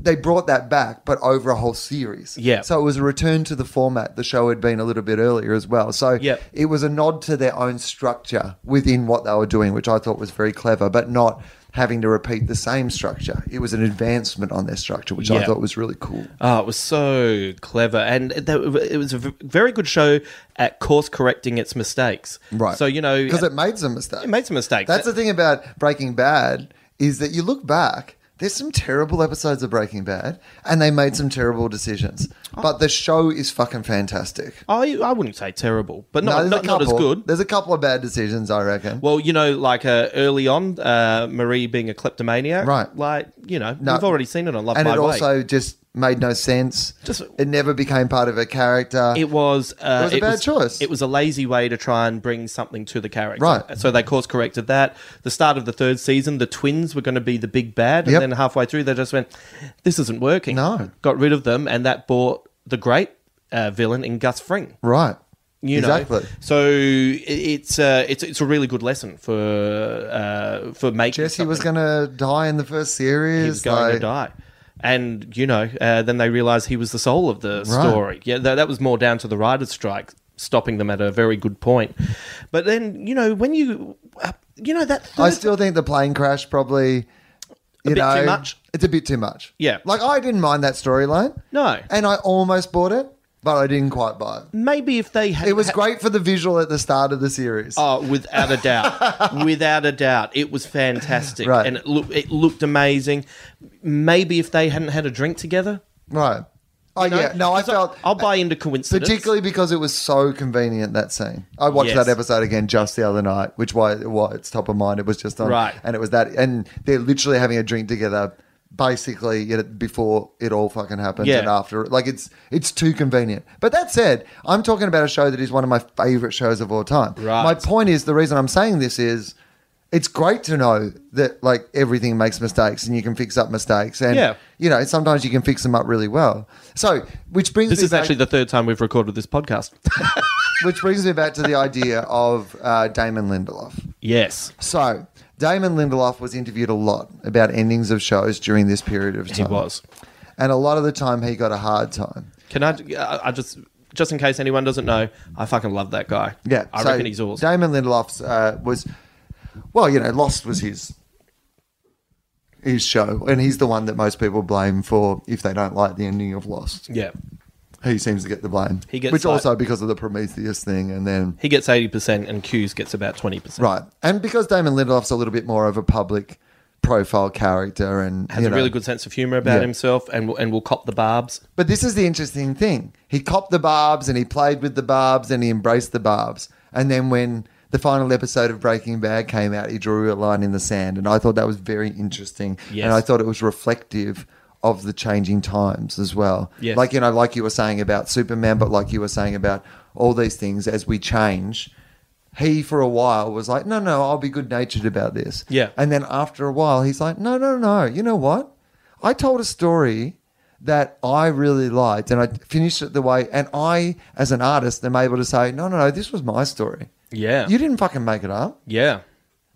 [SPEAKER 3] they brought that back, but over a whole series.
[SPEAKER 4] Yeah.
[SPEAKER 3] So it was a return to the format the show had been a little bit earlier as well. So
[SPEAKER 4] Yep.
[SPEAKER 3] it was a nod to their own structure within what they were doing, which I thought was very clever, but not having to repeat the same structure. It was an advancement on their structure, which I
[SPEAKER 4] Yeah.
[SPEAKER 3] thought was really cool.
[SPEAKER 4] Oh, it was so clever, and it it was a v- very good show at course correcting its mistakes.
[SPEAKER 3] Right.
[SPEAKER 4] So you know,
[SPEAKER 3] because it made some mistakes.
[SPEAKER 4] It made some mistakes.
[SPEAKER 3] That's the thing about Breaking Bad is that you look back. There's some terrible episodes of Breaking Bad, and they made some terrible decisions. But the show is fucking fantastic.
[SPEAKER 4] I I wouldn't say terrible, but not
[SPEAKER 3] there's a
[SPEAKER 4] not, not as
[SPEAKER 3] couple-
[SPEAKER 4] good.
[SPEAKER 3] There's a couple of bad decisions, I reckon.
[SPEAKER 4] Well, you know, like uh, early on, uh, Marie being a kleptomaniac,
[SPEAKER 3] Right.
[SPEAKER 4] Like you know,
[SPEAKER 3] No.
[SPEAKER 4] we've already seen it on Love
[SPEAKER 3] and
[SPEAKER 4] My
[SPEAKER 3] it
[SPEAKER 4] Way.
[SPEAKER 3] also just made no sense.
[SPEAKER 4] Just-
[SPEAKER 3] it never became part of her character.
[SPEAKER 4] it was uh,
[SPEAKER 3] It was a bad choice.
[SPEAKER 4] It was a lazy way to try and bring something to the character,
[SPEAKER 3] Right.
[SPEAKER 4] So they course corrected that. The start of the third season, the twins were going to be the big bad, and
[SPEAKER 3] Yep.
[SPEAKER 4] then halfway through, they just went, "This isn't working."
[SPEAKER 3] No.
[SPEAKER 4] got rid of them, and that bought the great uh, villain in Gus Fring.
[SPEAKER 3] right.
[SPEAKER 4] You know,
[SPEAKER 3] exactly.
[SPEAKER 4] So it- it's uh, it's it's a really good lesson for uh, for making.
[SPEAKER 3] Jesse was
[SPEAKER 4] something
[SPEAKER 3] going to die in the first series.
[SPEAKER 4] he was going to
[SPEAKER 3] like-
[SPEAKER 4] die. And you know, uh, then they realised he was the soul of the story. Yeah, that, that was more down to the writers' strike stopping them at a very good point. But then you know, when you uh, you know that
[SPEAKER 3] I
[SPEAKER 4] third-
[SPEAKER 3] still think the plane crash probably. You
[SPEAKER 4] bit
[SPEAKER 3] know,
[SPEAKER 4] too much?
[SPEAKER 3] It's a bit too much.
[SPEAKER 4] Yeah.
[SPEAKER 3] Like I didn't mind that storyline.
[SPEAKER 4] No.
[SPEAKER 3] And I almost bought it, but I didn't quite buy it.
[SPEAKER 4] maybe if they had
[SPEAKER 3] It was
[SPEAKER 4] ha-
[SPEAKER 3] great for the visual at the start of the series.
[SPEAKER 4] Oh, without
[SPEAKER 3] <laughs>
[SPEAKER 4] a doubt, without a doubt, it was fantastic,
[SPEAKER 3] Right.
[SPEAKER 4] and it looked it looked amazing. Maybe if they hadn't had a drink together,
[SPEAKER 3] right. Oh
[SPEAKER 4] you know?
[SPEAKER 3] yeah. No, I
[SPEAKER 4] 'Cause
[SPEAKER 3] felt
[SPEAKER 4] I'll buy into coincidence,
[SPEAKER 3] particularly because it was so convenient that scene. I watched
[SPEAKER 4] Yes.
[SPEAKER 3] that episode again just the other night, which why why it's top of mind. It was just on,
[SPEAKER 4] Right.
[SPEAKER 3] And it was that, and they're literally having a drink together, basically you know, before it all fucking happens
[SPEAKER 4] Yeah.
[SPEAKER 3] and after. Like it's it's too convenient. But that said, I'm talking about a show that is one of my favorite shows of all time.
[SPEAKER 4] Right.
[SPEAKER 3] My point is the reason I'm saying this is. It's great to know that like everything makes mistakes and you can fix up mistakes and
[SPEAKER 4] Yeah.
[SPEAKER 3] you know sometimes you can fix them up really well. So, which brings
[SPEAKER 4] This
[SPEAKER 3] me
[SPEAKER 4] is
[SPEAKER 3] back-
[SPEAKER 4] actually the third time we've recorded this
[SPEAKER 3] <laughs>
[SPEAKER 4] podcast.
[SPEAKER 3] which brings me back to the idea of uh, Damon Lindelof.
[SPEAKER 4] yes,
[SPEAKER 3] So, Damon Lindelof was interviewed a lot about endings of shows during this period of time.
[SPEAKER 4] he was.
[SPEAKER 3] And a lot of the time he got a hard time.
[SPEAKER 4] Can I? uh, I- I just just in case anyone doesn't know, I fucking love that guy.
[SPEAKER 3] Yeah.
[SPEAKER 4] I
[SPEAKER 3] so
[SPEAKER 4] reckon he's awesome.
[SPEAKER 3] Damon Lindelof uh, was, well, you know, Lost was his. His show, and he's the one that most people blame for if they don't like the ending of Lost.
[SPEAKER 4] yeah,
[SPEAKER 3] He seems to get the blame,
[SPEAKER 4] He gets
[SPEAKER 3] which
[SPEAKER 4] like-
[SPEAKER 3] also because of the Prometheus thing, and then
[SPEAKER 4] he gets eighty percent, and Q's gets about twenty percent.
[SPEAKER 3] Right. And because Damon Lindelof's a little bit more of a public profile character and
[SPEAKER 4] has
[SPEAKER 3] you
[SPEAKER 4] a
[SPEAKER 3] know-
[SPEAKER 4] really good sense of humor about
[SPEAKER 3] Yeah.
[SPEAKER 4] himself, and will- and will cop the barbs.
[SPEAKER 3] But this is the interesting thing. He copped the barbs and he played with the barbs and he embraced the barbs. And then when the final episode of Breaking Bad came out, he drew a line in the sand. And I thought that was very interesting.
[SPEAKER 4] Yes.
[SPEAKER 3] And I thought it was reflective of the changing times as well.
[SPEAKER 4] Yes.
[SPEAKER 3] Like, you know, like you were saying about Superman, but like you were saying about all these things as we change. He for a while was like, no, no, I'll be good natured about this.
[SPEAKER 4] Yeah.
[SPEAKER 3] And then after a while, he's like, no, no, no. You know what? I told a story that I really liked and I finished it the way, and I, as an artist, am able to say, no, no, no, this was my story.
[SPEAKER 4] Yeah,
[SPEAKER 3] You didn't fucking make it up.
[SPEAKER 4] yeah.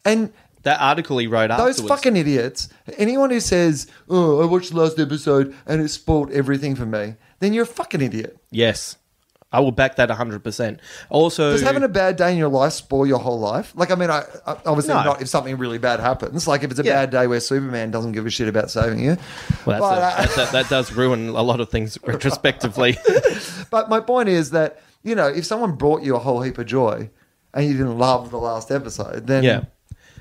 [SPEAKER 3] And
[SPEAKER 4] That article he wrote
[SPEAKER 3] those
[SPEAKER 4] afterwards.
[SPEAKER 3] fucking idiots, anyone who says, oh, I watched the last episode and it spoiled everything for me, then you're a fucking idiot.
[SPEAKER 4] yes, I will back that hundred percent. Also,
[SPEAKER 3] Does having a bad day in your life spoil your whole life? Like, I mean, I, I obviously
[SPEAKER 4] No.
[SPEAKER 3] not if something really bad happens. Like, if it's a
[SPEAKER 4] Yeah.
[SPEAKER 3] bad day where Superman doesn't give a shit about saving you.
[SPEAKER 4] well, that's
[SPEAKER 3] But,
[SPEAKER 4] a-
[SPEAKER 3] uh,
[SPEAKER 4] that's a- that does ruin a lot
[SPEAKER 3] <laughs>
[SPEAKER 4] of things retrospectively. <laughs>
[SPEAKER 3] But my point is that, you know, if someone brought you a whole heap of joy and you didn't love the last episode, then
[SPEAKER 4] Yeah.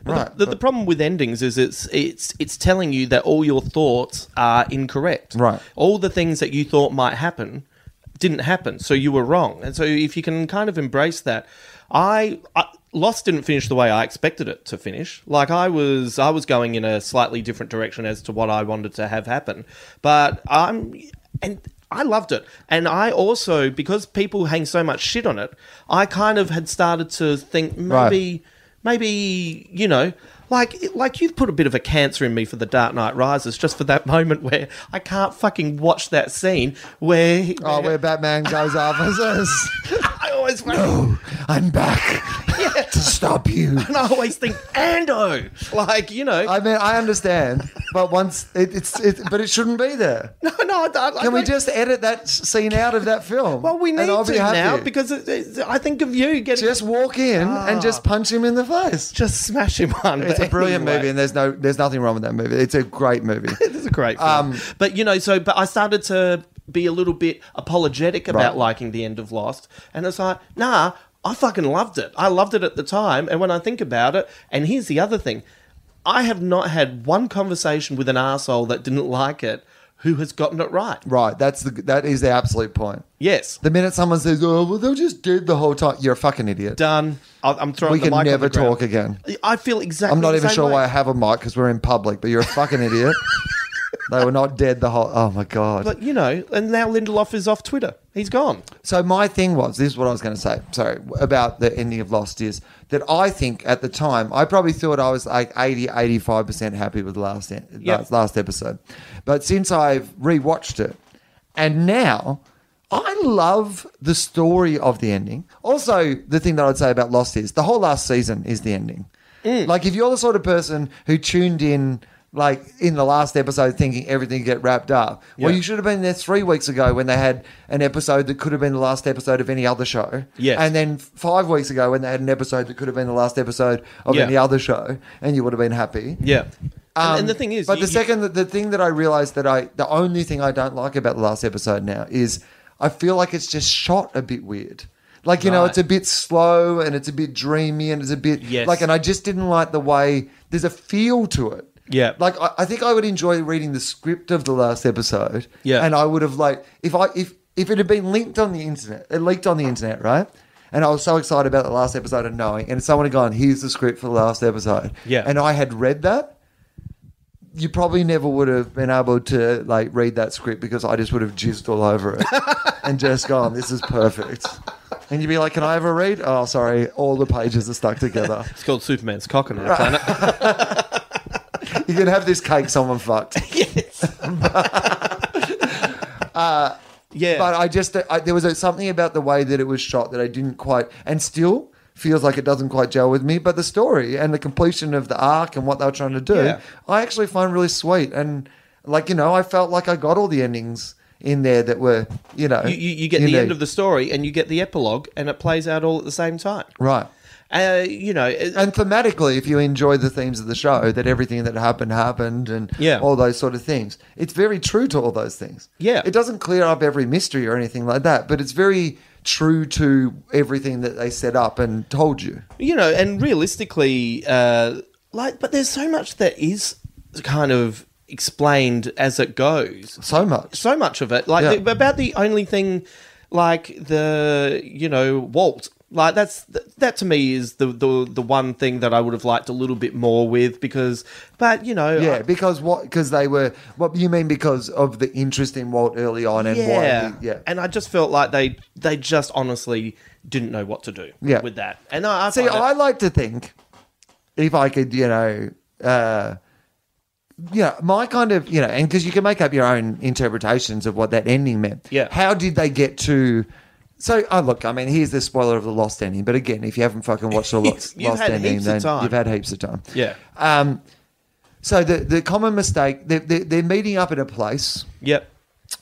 [SPEAKER 3] Right.
[SPEAKER 4] The, the problem with endings is it's it's it's telling you that all your thoughts are incorrect.
[SPEAKER 3] Right.
[SPEAKER 4] All the things that you thought might happen didn't happen, so you were wrong. And so if you can kind of embrace that, I, I Lost didn't finish the way I expected it to finish. Like I was I was going in a slightly different direction as to what I wanted to have happen, but I'm and. I loved it. And I also, because people hang so much shit on it, I kind of had started to think maybe
[SPEAKER 3] Right.
[SPEAKER 4] maybe you know like like you've put a bit of a cancer in me for the Dark Knight Rises just for that <laughs> moment where I can't fucking watch that scene where
[SPEAKER 3] Oh, where Batman goes off and says,
[SPEAKER 4] <laughs> I always
[SPEAKER 3] "No, I'm back to stop you."
[SPEAKER 4] and <laughs> I always think Ando like you know
[SPEAKER 3] I mean, I understand, but once it, it's, it, but it shouldn't be there.
[SPEAKER 4] <laughs> no no I, I,
[SPEAKER 3] Can we
[SPEAKER 4] I-
[SPEAKER 3] just edit that s- scene out of that film?
[SPEAKER 4] well we
[SPEAKER 3] And
[SPEAKER 4] need
[SPEAKER 3] I'll
[SPEAKER 4] to
[SPEAKER 3] be happy.
[SPEAKER 4] now because it, it's I think of you getting
[SPEAKER 3] just walk in and
[SPEAKER 4] Ah.
[SPEAKER 3] just punch him in the face.
[SPEAKER 4] <laughs> just smash him one
[SPEAKER 3] It's a brilliant movie, and there's no, there's nothing wrong with that movie. It's a great
[SPEAKER 4] <laughs>
[SPEAKER 3] movie.
[SPEAKER 4] It's a great film.
[SPEAKER 3] Um,
[SPEAKER 4] but you know, so but I started to be a little bit apologetic about
[SPEAKER 3] Right.
[SPEAKER 4] liking the end of Lost, and it's like, nah, I fucking loved it. I loved it at the time, and when I think about it, and here's the other thing, I have not had one conversation with an asshole that didn't like it who has gotten it right.
[SPEAKER 3] Right, that's the that is the absolute point.
[SPEAKER 4] Yes,
[SPEAKER 3] The minute someone says, "Oh, well, they were just dead the whole time," you're a fucking idiot.
[SPEAKER 4] done. I- I'm throwing.
[SPEAKER 3] we
[SPEAKER 4] the
[SPEAKER 3] can
[SPEAKER 4] mic on the
[SPEAKER 3] never
[SPEAKER 4] ground.
[SPEAKER 3] talk again.
[SPEAKER 4] I feel exactly.
[SPEAKER 3] I'm not
[SPEAKER 4] the
[SPEAKER 3] even
[SPEAKER 4] same
[SPEAKER 3] sure
[SPEAKER 4] way.
[SPEAKER 3] why I have a mic because we're in public, but you're a fucking
[SPEAKER 4] <laughs>
[SPEAKER 3] idiot. they were not dead the whole. Oh my god.
[SPEAKER 4] But you know, and now Lindelof is off Twitter. He's gone.
[SPEAKER 3] So my thing was this is what I was going to say. Sorry about the ending of Lost is that I think at the time I probably thought I was like 80 85 percent happy with the last en-
[SPEAKER 4] Yeah.
[SPEAKER 3] last, last episode, but since I've rewatched it, and now I love the story of the ending. Also, the thing that I'd say about Lost is the whole last season is the ending.
[SPEAKER 4] Mm.
[SPEAKER 3] Like if you're the sort of person who tuned in. Like in the last episode, thinking everything get wrapped up. Well,
[SPEAKER 4] Yeah.
[SPEAKER 3] you should have been there three weeks ago when they had an episode that could have been the last episode of any other show.
[SPEAKER 4] Yes.
[SPEAKER 3] And then five weeks ago when they had an episode that could have been the last episode of
[SPEAKER 4] Yeah.
[SPEAKER 3] any other show, and you would have been happy.
[SPEAKER 4] Yeah.
[SPEAKER 3] Um,
[SPEAKER 4] and, and the thing is,
[SPEAKER 3] but
[SPEAKER 4] you-
[SPEAKER 3] the
[SPEAKER 4] you-
[SPEAKER 3] second that the thing that I realized that I the only thing I don't like about the last episode now is I feel like it's just shot a bit weird. Like you know,
[SPEAKER 4] Right.
[SPEAKER 3] it's a bit slow and it's a bit dreamy and it's a bit
[SPEAKER 4] Yes.
[SPEAKER 3] like, and I just didn't like the way there's a feel to it.
[SPEAKER 4] Yeah.
[SPEAKER 3] like I, I think I would enjoy reading the script of the last episode.
[SPEAKER 4] Yeah.
[SPEAKER 3] and I would have like if I if if it had been linked on the internet, it leaked on the internet, right? And I was so excited about the last episode and knowing, and someone had gone, "Here's the script for the last episode."
[SPEAKER 4] Yeah.
[SPEAKER 3] and I had read that you probably never would have been able to like read that script because I just would have jizzed all over it and just gone, "This is perfect." And you'd be like, "Can I have a read?" Oh, sorry, all the pages are stuck together.
[SPEAKER 4] it's called Superman's cock on our planet.
[SPEAKER 3] You can have this cake someone fucked.
[SPEAKER 4] Yeah.
[SPEAKER 3] <laughs> But I just I, there was a, something about the way that it was shot that I didn't quite, and still feels like it doesn't quite gel with me. But the story and the completion of the arc and what they were trying to do,
[SPEAKER 4] Yeah.
[SPEAKER 3] I actually find really sweet. And like you know, I felt like I got all the endings in there that were you know
[SPEAKER 4] you, you, you get the
[SPEAKER 3] unique.
[SPEAKER 4] end of the story and you get the epilogue and it plays out all at the same time
[SPEAKER 3] right.
[SPEAKER 4] uh, you know it-
[SPEAKER 3] And thematically, if you enjoy the themes of the show, that everything that happened happened and
[SPEAKER 4] Yeah.
[SPEAKER 3] all those sort of things, it's very true to all those things.
[SPEAKER 4] Yeah.
[SPEAKER 3] It doesn't clear up every mystery or anything like that, but it's very true to everything that they set up and told you.
[SPEAKER 4] you know and realistically uh, like but there's so much that is kind of explained as it goes
[SPEAKER 3] So much.
[SPEAKER 4] so much of it. Like
[SPEAKER 3] Yeah.
[SPEAKER 4] the- about the only thing, like the you know Walt. Like that's that to me is the, the the one thing that I would have liked a little bit more with because, but you know,
[SPEAKER 3] Yeah,
[SPEAKER 4] I-
[SPEAKER 3] because what? Because they were. What you mean? Because of the interest in Walt early on, and why? he- yeah.
[SPEAKER 4] And I just felt like they they just honestly didn't know what to do
[SPEAKER 3] Yeah.
[SPEAKER 4] with that. And I, I
[SPEAKER 3] See,
[SPEAKER 4] find it-
[SPEAKER 3] I like to think if I could, you know, uh, you know, my kind of, you know, and because you can make up your own interpretations of what that ending meant.
[SPEAKER 4] Yeah.
[SPEAKER 3] How did they get to? So, oh, look, I mean, here's the spoiler of the Lost Ending, but again, if you haven't fucking watched the
[SPEAKER 4] <laughs>
[SPEAKER 3] Lost,
[SPEAKER 4] You've
[SPEAKER 3] lost
[SPEAKER 4] had
[SPEAKER 3] Ending,
[SPEAKER 4] heaps of
[SPEAKER 3] then
[SPEAKER 4] time.
[SPEAKER 3] you've had heaps of time.
[SPEAKER 4] yeah,
[SPEAKER 3] Um, so the the common mistake they they're, they're meeting up at a place
[SPEAKER 4] yep,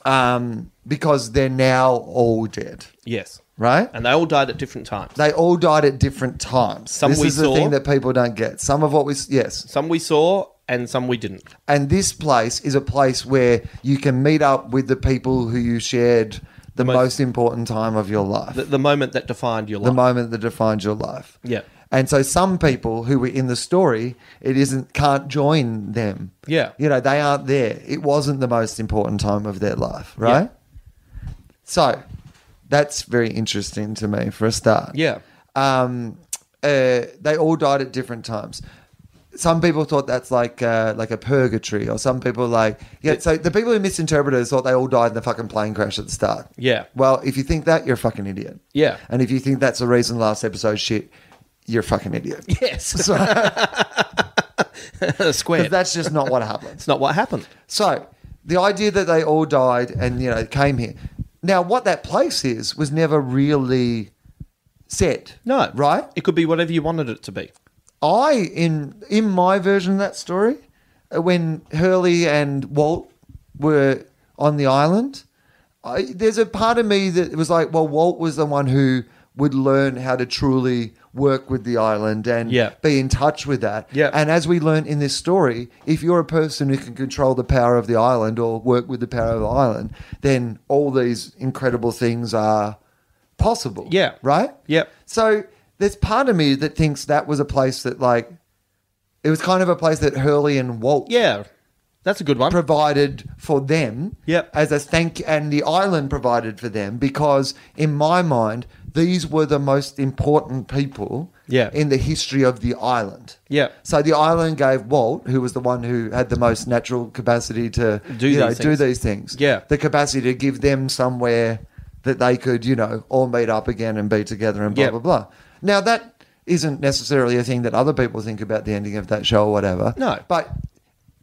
[SPEAKER 3] um, because they're now all dead,
[SPEAKER 4] yes,
[SPEAKER 3] right?
[SPEAKER 4] and they all died at different times.
[SPEAKER 3] They all died at different times.
[SPEAKER 4] Some
[SPEAKER 3] this
[SPEAKER 4] we
[SPEAKER 3] is the
[SPEAKER 4] saw.
[SPEAKER 3] thing that people don't get. Some of what we yes,
[SPEAKER 4] Some we saw and some we didn't.
[SPEAKER 3] and this place is a place where you can meet up with the people who you shared the most,
[SPEAKER 4] Most-
[SPEAKER 3] important time of your life,
[SPEAKER 4] The,
[SPEAKER 3] the,
[SPEAKER 4] the moment that defined your life.
[SPEAKER 3] moment that defines your life.
[SPEAKER 4] Yeah.
[SPEAKER 3] And so some people who were in the story, it isn't can't join them.
[SPEAKER 4] Yeah.
[SPEAKER 3] You know, they aren't there. It wasn't the most important time of their life, right? So that's very interesting to me for a start.
[SPEAKER 4] Yeah.
[SPEAKER 3] Um, uh, they all died at different times. Some people thought that's like uh, like a purgatory, or some people like yeah. So the people who misinterpreted it thought they all died in the fucking plane crash at the start.
[SPEAKER 4] Yeah.
[SPEAKER 3] Well, if you think that, you're a fucking idiot.
[SPEAKER 4] Yeah.
[SPEAKER 3] And if you think that's the reason last episode shit, you're a fucking
[SPEAKER 4] <laughs>
[SPEAKER 3] idiot.
[SPEAKER 4] Yes.
[SPEAKER 3] So <laughs>
[SPEAKER 4] Squared.
[SPEAKER 3] that's just not what happened.
[SPEAKER 4] That's not what happened.
[SPEAKER 3] So the idea that they all died and you know came here. Now what that place is was never really said.
[SPEAKER 4] No.
[SPEAKER 3] Right?
[SPEAKER 4] It could be whatever you wanted it to be.
[SPEAKER 3] I in in my version of that story, uh, when Hurley and Walt were on the island, I, there's a part of me that was like, well, Walt was the one who would learn how to truly work with the island and
[SPEAKER 4] Yeah.
[SPEAKER 3] be in touch with that.
[SPEAKER 4] Yeah.
[SPEAKER 3] And as we learn in this story, if you're a person who can control the power of the island or work with the power of the island, then all these incredible things are possible.
[SPEAKER 4] Yeah.
[SPEAKER 3] Right?
[SPEAKER 4] Yep.
[SPEAKER 3] So there's part of me that thinks that was a place that like it was kind of a place that Hurley and Walt
[SPEAKER 4] Yeah. That's a good one.
[SPEAKER 3] provided for them
[SPEAKER 4] Yep.
[SPEAKER 3] as a thank and the island provided for them because in my mind these were the most important people
[SPEAKER 4] Yeah.
[SPEAKER 3] in the history of the island.
[SPEAKER 4] Yeah.
[SPEAKER 3] So the island gave Walt, who was the one who had the most natural capacity to
[SPEAKER 4] Do
[SPEAKER 3] you know,
[SPEAKER 4] these
[SPEAKER 3] do
[SPEAKER 4] things.
[SPEAKER 3] these things.
[SPEAKER 4] Yeah.
[SPEAKER 3] The capacity to give them somewhere that they could, you know, all meet up again and be together and blah
[SPEAKER 4] Yeah.
[SPEAKER 3] blah blah. Now that isn't necessarily a thing that other people think about the ending of that show or whatever.
[SPEAKER 4] No.
[SPEAKER 3] But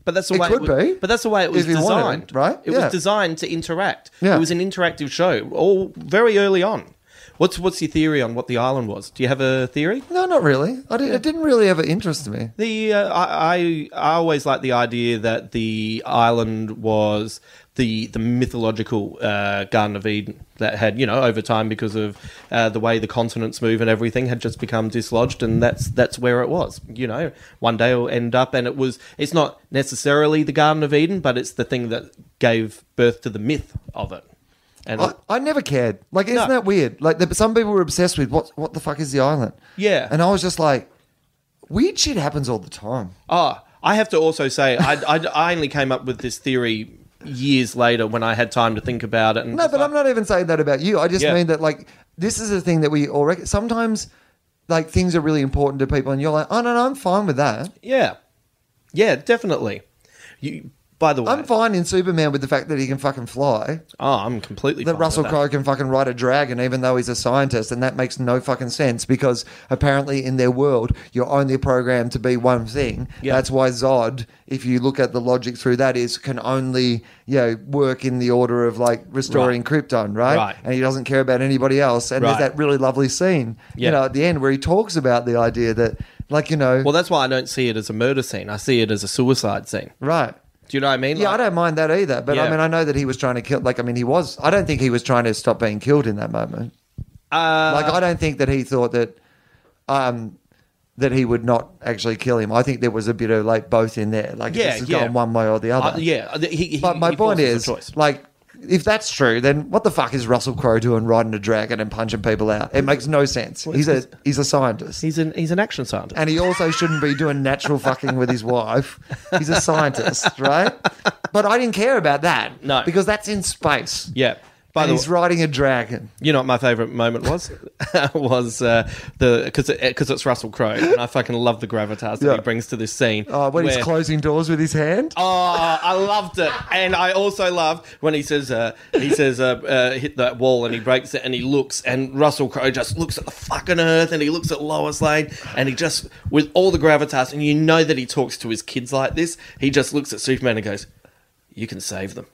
[SPEAKER 4] But that's the
[SPEAKER 3] It
[SPEAKER 4] way
[SPEAKER 3] could
[SPEAKER 4] it was,
[SPEAKER 3] be,
[SPEAKER 4] But that's the way it was
[SPEAKER 3] if you wanted it,
[SPEAKER 4] designed,
[SPEAKER 3] right?
[SPEAKER 4] It
[SPEAKER 3] Yeah.
[SPEAKER 4] was designed to interact.
[SPEAKER 3] Yeah.
[SPEAKER 4] It was an interactive show, all very early on. What's what's your theory on what the island was? Do you have a theory?
[SPEAKER 3] No, not really. I didn't, It didn't really ever interest me.
[SPEAKER 4] The uh, I, I I always like the idea that the island was the the mythological uh, Garden of Eden that had you know over time because of uh, the way the continents move and everything had just become dislodged and that's that's where it was you know one day it'll end up and it was it's not necessarily the Garden of Eden but it's the thing that gave birth to the myth of it and
[SPEAKER 3] I, I never cared. Like, isn't
[SPEAKER 4] No.
[SPEAKER 3] that weird? Like, the, some people were obsessed with what what the fuck is the island?
[SPEAKER 4] Yeah.
[SPEAKER 3] and I was just like, weird shit happens all the time.
[SPEAKER 4] Oh, I have to also say, I, I, I only came up with this theory years later when I had time to think about it. And
[SPEAKER 3] No, but I'm not even saying that about you. I just
[SPEAKER 4] Yeah.
[SPEAKER 3] mean that like this is a thing that we all rec- sometimes like things are really important to people, and you're like, oh no, no, I'm fine with that.
[SPEAKER 4] Yeah, yeah, definitely. You, by the way,
[SPEAKER 3] I'm fine in Superman with the fact that he can fucking fly.
[SPEAKER 4] oh, I'm completely
[SPEAKER 3] that
[SPEAKER 4] fine
[SPEAKER 3] Russell
[SPEAKER 4] with
[SPEAKER 3] Crowe can fucking ride a dragon, even though he's a scientist, and that makes no fucking sense because apparently in their world you're only programmed to be one thing.
[SPEAKER 4] Yeah.
[SPEAKER 3] That's why Zod, if you look at the logic through that, is can only you know work in the order of like restoring Krypton, right?
[SPEAKER 4] Right.
[SPEAKER 3] And he doesn't care about anybody else. And
[SPEAKER 4] Right.
[SPEAKER 3] there's that really lovely scene,
[SPEAKER 4] Yeah.
[SPEAKER 3] you know, at the end where he talks about the idea that, like, you know,
[SPEAKER 4] Well, that's why I don't see it as a murder scene. I see it as a suicide scene.
[SPEAKER 3] right.
[SPEAKER 4] Do you know what I mean?
[SPEAKER 3] Yeah, I
[SPEAKER 4] Like-
[SPEAKER 3] don't mind that either. But I
[SPEAKER 4] Yeah.
[SPEAKER 3] mean, I know that he was trying to kill. Like, I mean, he was. I don't think he was trying to stop being killed in that moment. Uh, like, I don't think that he thought that, um, that he would not actually kill him. I think there was a bit of like both in there. Like,
[SPEAKER 4] Yeah,
[SPEAKER 3] this is
[SPEAKER 4] yeah.
[SPEAKER 3] going one way or the other.
[SPEAKER 4] Uh, yeah, he- he-
[SPEAKER 3] But my
[SPEAKER 4] he
[SPEAKER 3] point
[SPEAKER 4] forces a
[SPEAKER 3] is,
[SPEAKER 4] choice.
[SPEAKER 3] like, if that's true, then what the fuck is Russell Crowe doing riding a dragon and punching people out? It makes no sense. He's a he's a scientist.
[SPEAKER 4] he's an he's an action scientist.
[SPEAKER 3] And he also shouldn't be doing natural fucking with his wife. He's a scientist, right? But I didn't care about that.
[SPEAKER 4] No.
[SPEAKER 3] Because that's in space.
[SPEAKER 4] yeah. By
[SPEAKER 3] and
[SPEAKER 4] the
[SPEAKER 3] he's riding a dragon.
[SPEAKER 4] You know what my favourite moment was? <laughs> was uh, the because because it's Russell Crowe and I fucking love the gravitas that
[SPEAKER 3] Yeah.
[SPEAKER 4] he brings to this scene.
[SPEAKER 3] Oh, when
[SPEAKER 4] where-
[SPEAKER 3] he's closing doors with his hand.
[SPEAKER 4] Oh, I loved it, and I also loved when he says uh, he says uh, uh, hit that wall and he breaks it and he looks and Russell Crowe just looks at the fucking earth and he looks at Lois Lane and he just with all the gravitas and you know that he talks to his kids like this. He just looks at Superman and goes, "You can save them."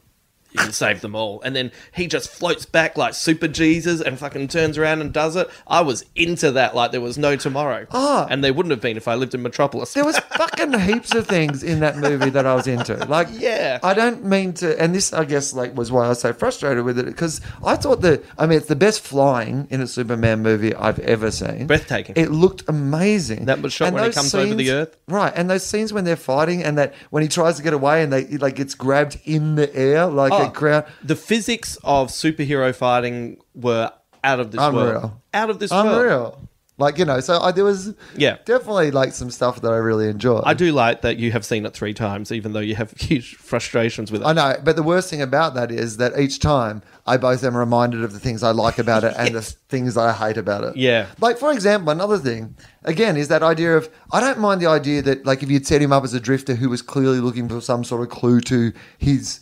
[SPEAKER 4] You can save them all. And then he just floats back like Super Jesus and fucking turns around and does it. I was into that like there was no tomorrow.
[SPEAKER 3] Ah.
[SPEAKER 4] And they wouldn't have been if I lived in Metropolis.
[SPEAKER 3] There was fucking heaps of things in that movie that I was into. Like,
[SPEAKER 4] Yeah.
[SPEAKER 3] I don't mean to. And this, I guess, like was why I was so frustrated with it because I thought that. I mean, it's the best flying in a Superman movie I've ever seen.
[SPEAKER 4] Breathtaking.
[SPEAKER 3] It looked amazing.
[SPEAKER 4] That was shot when he
[SPEAKER 3] those
[SPEAKER 4] comes over the earth.
[SPEAKER 3] right? And those scenes when they're fighting and that when he tries to get away and they he, like gets grabbed in the air like
[SPEAKER 4] Oh,
[SPEAKER 3] a crowd.
[SPEAKER 4] The physics of superhero fighting were out of this world.
[SPEAKER 3] Unreal.
[SPEAKER 4] Out of this world.
[SPEAKER 3] Unreal. Like you know, so I, there was
[SPEAKER 4] Yeah.
[SPEAKER 3] definitely like some stuff that I really enjoyed.
[SPEAKER 4] I do like that you have seen it three times, even though you have <laughs> huge frustrations with it.
[SPEAKER 3] I know, but the worst thing about that is that each time I both am reminded of the things I like about
[SPEAKER 4] <laughs>
[SPEAKER 3] it and the things I hate about it.
[SPEAKER 4] Yeah.
[SPEAKER 3] Like, for example, another thing, again, is that idea of I don't mind the idea that, like, if you'd set him up as a drifter who was clearly looking for some sort of clue to his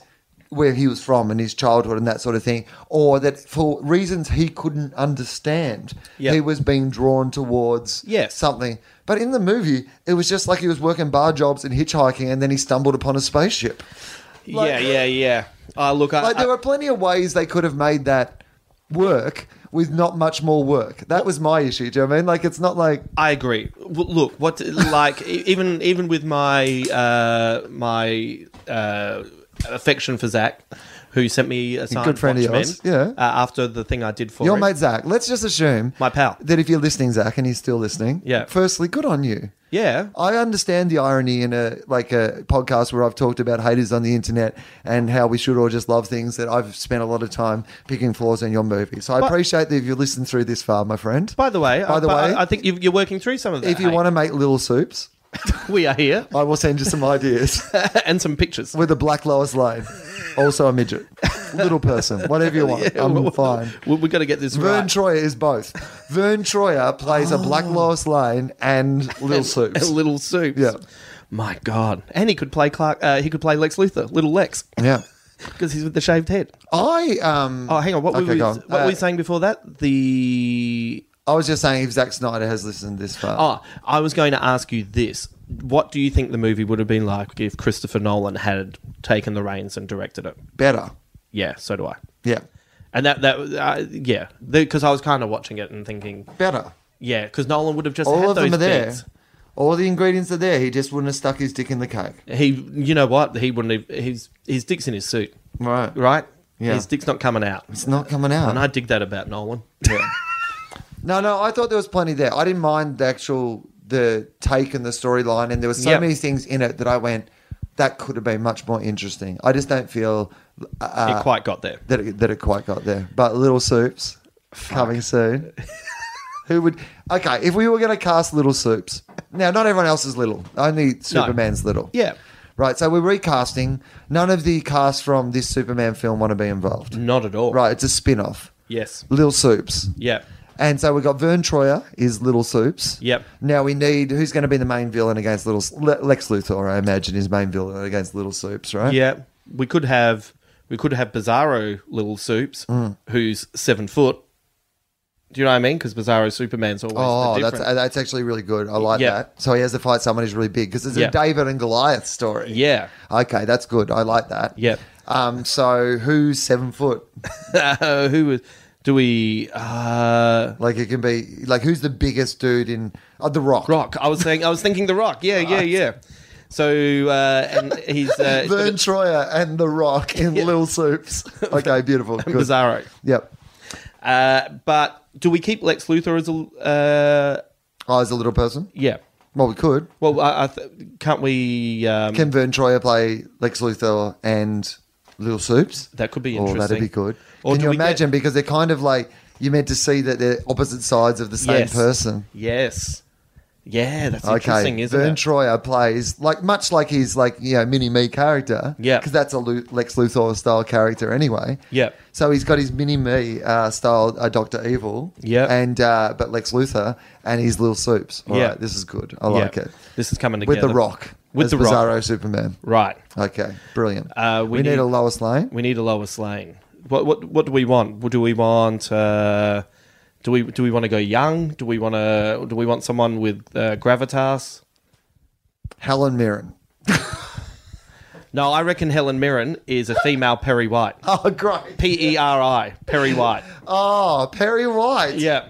[SPEAKER 3] where he was from and his childhood and that sort of thing, or that for reasons he couldn't understand,
[SPEAKER 4] Yep.
[SPEAKER 3] he was being drawn towards
[SPEAKER 4] Yes.
[SPEAKER 3] something. But in the movie, it was just like he was working bar jobs and hitchhiking, and then he stumbled upon a spaceship.
[SPEAKER 4] yeah, yeah, yeah. Uh, look, I,
[SPEAKER 3] Like there
[SPEAKER 4] I-
[SPEAKER 3] were plenty of ways they could have made that work with not much more work. That was my issue. Do you know what I mean? Like it's not like
[SPEAKER 4] I agree. W- look, what like e- even even with my uh, my uh, affection for Zach, who sent me a signed
[SPEAKER 3] Good friend of
[SPEAKER 4] Watchmen,
[SPEAKER 3] yours, yeah.
[SPEAKER 4] uh, after the thing I did for
[SPEAKER 3] your
[SPEAKER 4] it.
[SPEAKER 3] mate Zach. Let's just assume
[SPEAKER 4] My pal.
[SPEAKER 3] that if you're listening, Zach, and he's still listening.
[SPEAKER 4] Yeah.
[SPEAKER 3] Firstly, good on you.
[SPEAKER 4] yeah,
[SPEAKER 3] I understand the irony in a like a podcast where I've talked about haters on the internet and how we should all just love things that I've spent a lot of time picking flaws in your movie. So I appreciate that if you listened through this far, my friend.
[SPEAKER 4] By the way,
[SPEAKER 3] By
[SPEAKER 4] I,
[SPEAKER 3] the
[SPEAKER 4] but
[SPEAKER 3] way,
[SPEAKER 4] I, I think you- you're working through some of that.
[SPEAKER 3] if you
[SPEAKER 4] hey?
[SPEAKER 3] want to make little soups,
[SPEAKER 4] <laughs> we are here
[SPEAKER 3] I will send you some <laughs> ideas
[SPEAKER 4] <laughs> and some pictures.
[SPEAKER 3] with a black Lois Lane, also a midget, little person, whatever you want. I'm fine.
[SPEAKER 4] We, we got to get this
[SPEAKER 3] Vern
[SPEAKER 4] right. <laughs> Oh.
[SPEAKER 3] Troyer is both. Vern Troyer plays a black Lois Lane and little
[SPEAKER 4] And
[SPEAKER 3] soups.
[SPEAKER 4] little soups.
[SPEAKER 3] Yeah.
[SPEAKER 4] My God, and he could play Clark. Uh, he could play Lex Luthor, Little Lex,
[SPEAKER 3] yeah.
[SPEAKER 4] because he's with the shaved head.
[SPEAKER 3] I um.
[SPEAKER 4] Oh, hang on. What, were,
[SPEAKER 3] Okay,
[SPEAKER 4] we,
[SPEAKER 3] go on.
[SPEAKER 4] what were we
[SPEAKER 3] Uh,
[SPEAKER 4] saying before that? The
[SPEAKER 3] I was just saying if Zack Snyder has listened this far.
[SPEAKER 4] oh, I was going to ask you this. What do you think the movie would have been like if Christopher Nolan had taken the reins and directed it?
[SPEAKER 3] better.
[SPEAKER 4] Yeah, so do I.
[SPEAKER 3] Yeah.
[SPEAKER 4] And that that uh, yeah, because I was kind of watching it and thinking,
[SPEAKER 3] Better.
[SPEAKER 4] yeah, because Nolan would have just had
[SPEAKER 3] All of
[SPEAKER 4] those
[SPEAKER 3] them are there.
[SPEAKER 4] bits.
[SPEAKER 3] All the ingredients are there. He just wouldn't have stuck his dick in the cake.
[SPEAKER 4] He, you know what? He wouldn't. Have, his his dick's in his suit,
[SPEAKER 3] Right.
[SPEAKER 4] right?
[SPEAKER 3] Yeah.
[SPEAKER 4] His dick's not coming out,
[SPEAKER 3] It's not coming out.
[SPEAKER 4] and I dig that about Nolan. <laughs>
[SPEAKER 3] no, no, I thought there was plenty there. I didn't mind the actual the take and the storyline and there were so
[SPEAKER 4] Yep.
[SPEAKER 3] many things in it that I went that could have been much more interesting. I just don't feel uh,
[SPEAKER 4] it quite got there.
[SPEAKER 3] that it, that it quite got there. But Little Soups coming soon. Who would Okay, if we were going to cast Little Soups. Now not everyone else is little. Only Superman's little.
[SPEAKER 4] Yeah,
[SPEAKER 3] Right, so we're recasting. None of the cast from this Superman film want to be involved.
[SPEAKER 4] not at all.
[SPEAKER 3] Right, it's a spin-off.
[SPEAKER 4] Yes.
[SPEAKER 3] Little Soups.
[SPEAKER 4] Yeah.
[SPEAKER 3] And so we've got Vern Troyer is Little Soups.
[SPEAKER 4] Yep.
[SPEAKER 3] Now we need who's going to be the main villain against Little Le- Lex Luthor, I imagine, is main villain against Little Soups, right?
[SPEAKER 4] Yeah. We could have we could have Bizarro Little Soups,
[SPEAKER 3] Mm.
[SPEAKER 4] who's seven foot. Do you know what I mean? Because Bizarro Superman's always
[SPEAKER 3] Oh,
[SPEAKER 4] the
[SPEAKER 3] that's
[SPEAKER 4] different.
[SPEAKER 3] uh, that's actually really good. I like
[SPEAKER 4] Yeah.
[SPEAKER 3] that. So he has to fight someone who's really big because it's
[SPEAKER 4] Yeah.
[SPEAKER 3] a David and Goliath story.
[SPEAKER 4] yeah. <laughs>
[SPEAKER 3] Okay, that's good. I like that.
[SPEAKER 4] Yeah.
[SPEAKER 3] Um. So who's seven foot?
[SPEAKER 4] Uh, who was? Do we? Uh,
[SPEAKER 3] Like it can be like who's the biggest dude in uh, the Rock?
[SPEAKER 4] Rock. Oh, I was saying. I was thinking the Rock. Yeah. Yeah. Yeah. So uh, and he's
[SPEAKER 3] <laughs>
[SPEAKER 4] uh,
[SPEAKER 3] Vern Troyer and The Rock in Little
[SPEAKER 4] <laughs>
[SPEAKER 3] Soups. Okay, beautiful. Good.
[SPEAKER 4] Bizarro.
[SPEAKER 3] Yep.
[SPEAKER 4] Uh, but do we keep Lex Luthor as a? Uh,
[SPEAKER 3] Oh, as a little person?
[SPEAKER 4] yeah.
[SPEAKER 3] Well, we could.
[SPEAKER 4] Well, I, I th- can't we? Um,
[SPEAKER 3] Mm. Can Vern Troyer play Lex Luthor and Little Soups?
[SPEAKER 4] that could be
[SPEAKER 3] Oh,
[SPEAKER 4] interesting.
[SPEAKER 3] that'd be good.
[SPEAKER 4] Or
[SPEAKER 3] Can
[SPEAKER 4] do
[SPEAKER 3] you
[SPEAKER 4] we get-
[SPEAKER 3] imagine? Because they're kind of like, you're meant to see that they're opposite sides of the same
[SPEAKER 4] Yes.
[SPEAKER 3] person.
[SPEAKER 4] Yes. Yeah, that's interesting,
[SPEAKER 3] Okay,
[SPEAKER 4] isn't
[SPEAKER 3] Vern
[SPEAKER 4] it?
[SPEAKER 3] Troyer plays like much like his like you know mini me character,
[SPEAKER 4] Yeah.
[SPEAKER 3] because that's a Lu- Lex Luthor style character anyway.
[SPEAKER 4] Yeah.
[SPEAKER 3] so he's got his mini me uh, style uh, Doctor Evil,
[SPEAKER 4] Yeah.
[SPEAKER 3] and uh, but Lex Luthor and his little soups. All right,
[SPEAKER 4] Yeah.
[SPEAKER 3] this is good. I
[SPEAKER 4] Yeah.
[SPEAKER 3] like it
[SPEAKER 4] This is coming
[SPEAKER 3] with
[SPEAKER 4] together
[SPEAKER 3] the Rock,
[SPEAKER 4] With
[SPEAKER 3] as
[SPEAKER 4] The Rock.
[SPEAKER 3] Bizarro Superman.
[SPEAKER 4] Right.
[SPEAKER 3] Okay, brilliant.
[SPEAKER 4] Uh,
[SPEAKER 3] we
[SPEAKER 4] we
[SPEAKER 3] need,
[SPEAKER 4] need-
[SPEAKER 3] a Lois Lane.
[SPEAKER 4] We need a Lois Lane. What what what do we want? What Do we want? Uh, do we do we want to go young? Do we want to do we want someone with uh, gravitas?
[SPEAKER 3] Helen Mirren.
[SPEAKER 4] No, I reckon Helen Mirren is a female Perry White.
[SPEAKER 3] Oh, great.
[SPEAKER 4] P E R I Perry White.
[SPEAKER 3] Oh, Perry White.
[SPEAKER 4] Yeah.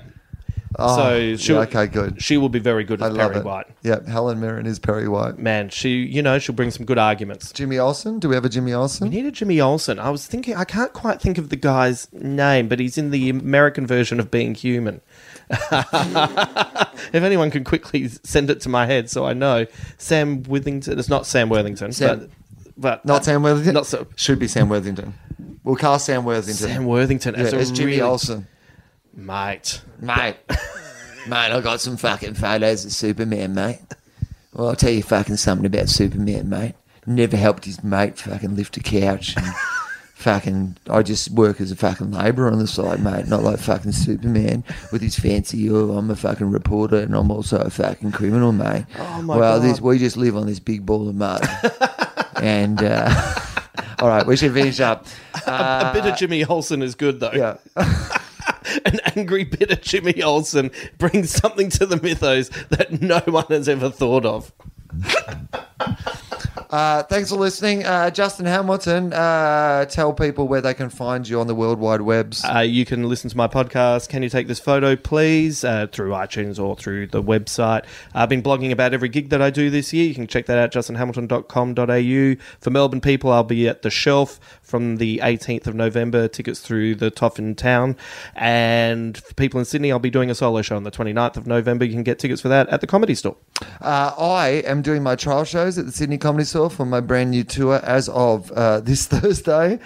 [SPEAKER 4] so she
[SPEAKER 3] Oh, yeah, okay, good.
[SPEAKER 4] she will be very good
[SPEAKER 3] I
[SPEAKER 4] as
[SPEAKER 3] love
[SPEAKER 4] Perry
[SPEAKER 3] it.
[SPEAKER 4] White.
[SPEAKER 3] Yeah, Helen Mirren is Perry White.
[SPEAKER 4] Man, she you know she'll bring some good arguments.
[SPEAKER 3] Jimmy Olsen? Do we have a Jimmy Olsen?
[SPEAKER 4] We need a Jimmy Olsen. I was thinking, I can't quite think of the guy's name, but he's in the American version of Being Human. <laughs> if anyone can quickly send it to my head so I know. Sam Withington. It's not Sam Worthington,
[SPEAKER 3] Sam-
[SPEAKER 4] but. but
[SPEAKER 3] Not Sam Worthington.
[SPEAKER 4] Not so.
[SPEAKER 3] Should be Sam Worthington. We'll cast Sam Worthington.
[SPEAKER 4] Sam Worthington
[SPEAKER 3] yeah,
[SPEAKER 4] as a
[SPEAKER 3] it's Jimmy
[SPEAKER 4] really-
[SPEAKER 3] Olsen,
[SPEAKER 4] Mate.
[SPEAKER 3] mate. mate, I got some fucking photos of Superman, mate. Well, I'll tell you fucking something about Superman, mate. Never helped his mate fucking lift a couch.
[SPEAKER 4] <laughs>
[SPEAKER 3] And fucking, I just work as a fucking labourer on the side, mate. Not like fucking Superman with his fancy. Oh, I'm a fucking reporter and I'm also a fucking criminal, mate.
[SPEAKER 4] Oh, my
[SPEAKER 3] well,
[SPEAKER 4] God.
[SPEAKER 3] this we just live on this big ball of mud, and. Uh, <laughs> All right, we should finish
[SPEAKER 4] <laughs>
[SPEAKER 3] up. Uh,
[SPEAKER 4] a bit of Jimmy Olsen is good though.
[SPEAKER 3] Yeah.
[SPEAKER 4] An angry bit of Jimmy Olsen brings something to the mythos that no one has ever thought of.
[SPEAKER 3] Uh, thanks for listening. Uh, Justin Hamilton, uh, tell people where they can find you on the World Wide Webs.
[SPEAKER 4] Uh, you can listen to my podcast, Can You Take This Photo Please, uh, through iTunes or through the website. I've been blogging about every gig that I do this year. You can check that out, justinhamilton.com.au. For Melbourne people, I'll be at The Shelf from the 18th of November, tickets through the Toffin Town. And for people in Sydney, I'll be doing a solo show on the 29th of November. You can get tickets for that at the Comedy Store.
[SPEAKER 3] Uh, I am doing my trial shows at the Sydney Comedy Store for my brand new tour as of uh, this <laughs> Thursday.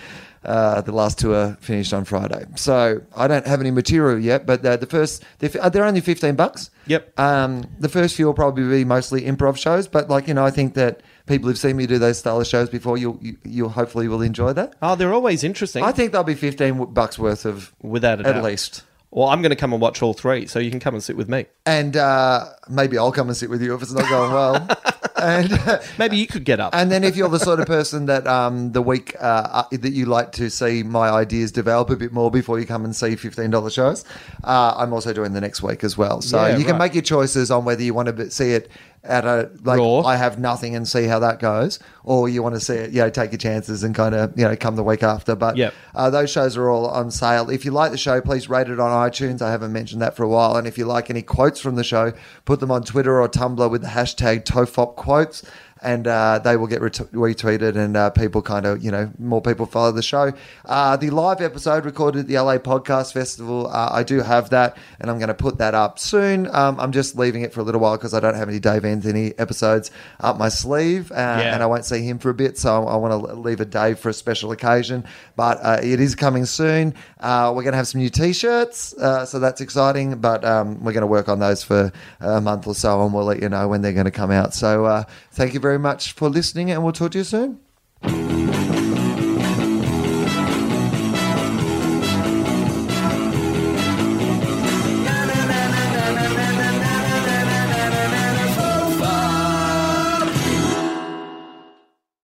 [SPEAKER 3] Uh, the last tour finished on Friday, so I don't have any material yet. But uh, the first, they're, f- uh, they're only fifteen bucks.
[SPEAKER 4] Yep.
[SPEAKER 3] Um, the first few will probably be mostly improv shows, but like you know, I think that people who've seen me do those style of shows before, you'll you, you hopefully will enjoy that.
[SPEAKER 4] Oh, they're always interesting.
[SPEAKER 3] I think there'll be fifteen w- bucks worth of
[SPEAKER 4] without a
[SPEAKER 3] at
[SPEAKER 4] doubt.
[SPEAKER 3] least.
[SPEAKER 4] Well, I'm going to come and watch all three, so you can come and sit with me.
[SPEAKER 3] and uh, maybe I'll come and sit with you if it's not going
[SPEAKER 4] <laughs>
[SPEAKER 3] well. and <laughs>
[SPEAKER 4] Maybe you could get up.
[SPEAKER 3] and then if you're the sort of person that um, the week uh, uh, that you like to see my ideas develop a bit more before you come and see fifteen dollars shows, uh, I'm also doing the next week as well. So
[SPEAKER 4] Yeah,
[SPEAKER 3] you can
[SPEAKER 4] right.
[SPEAKER 3] make your choices on whether you want to be- see it at a like
[SPEAKER 4] Raw.
[SPEAKER 3] I have nothing and see how that goes, or you want to see it, you know, take your chances and kind of you know come the week after. But
[SPEAKER 4] Yep.
[SPEAKER 3] uh, those shows are all on sale. If you like the show, please rate it on iTunes. I haven't mentioned that for a while. And if you like any quotes from the show, put them on Twitter or Tumblr with the hashtag TOFOP quotes. And uh, they will get ret- retweeted, and uh, people kind of, you know, more people follow the show. Uh, the live episode recorded at the LA Podcast Festival, uh, I do have that, and I'm going to put that up soon. Um, I'm just leaving it for a little while because I don't have any Dave Anthony episodes up my sleeve, uh, and I won't see him for a bit, so I want to leave a day for a special occasion. But uh, it is coming soon. Uh, we're going to have some new T-shirts, uh, so that's exciting. But um, we're going to work on those for a month or so, and we'll let you know when they're going to come out. So uh, thank you very much for listening, and we'll talk to you soon.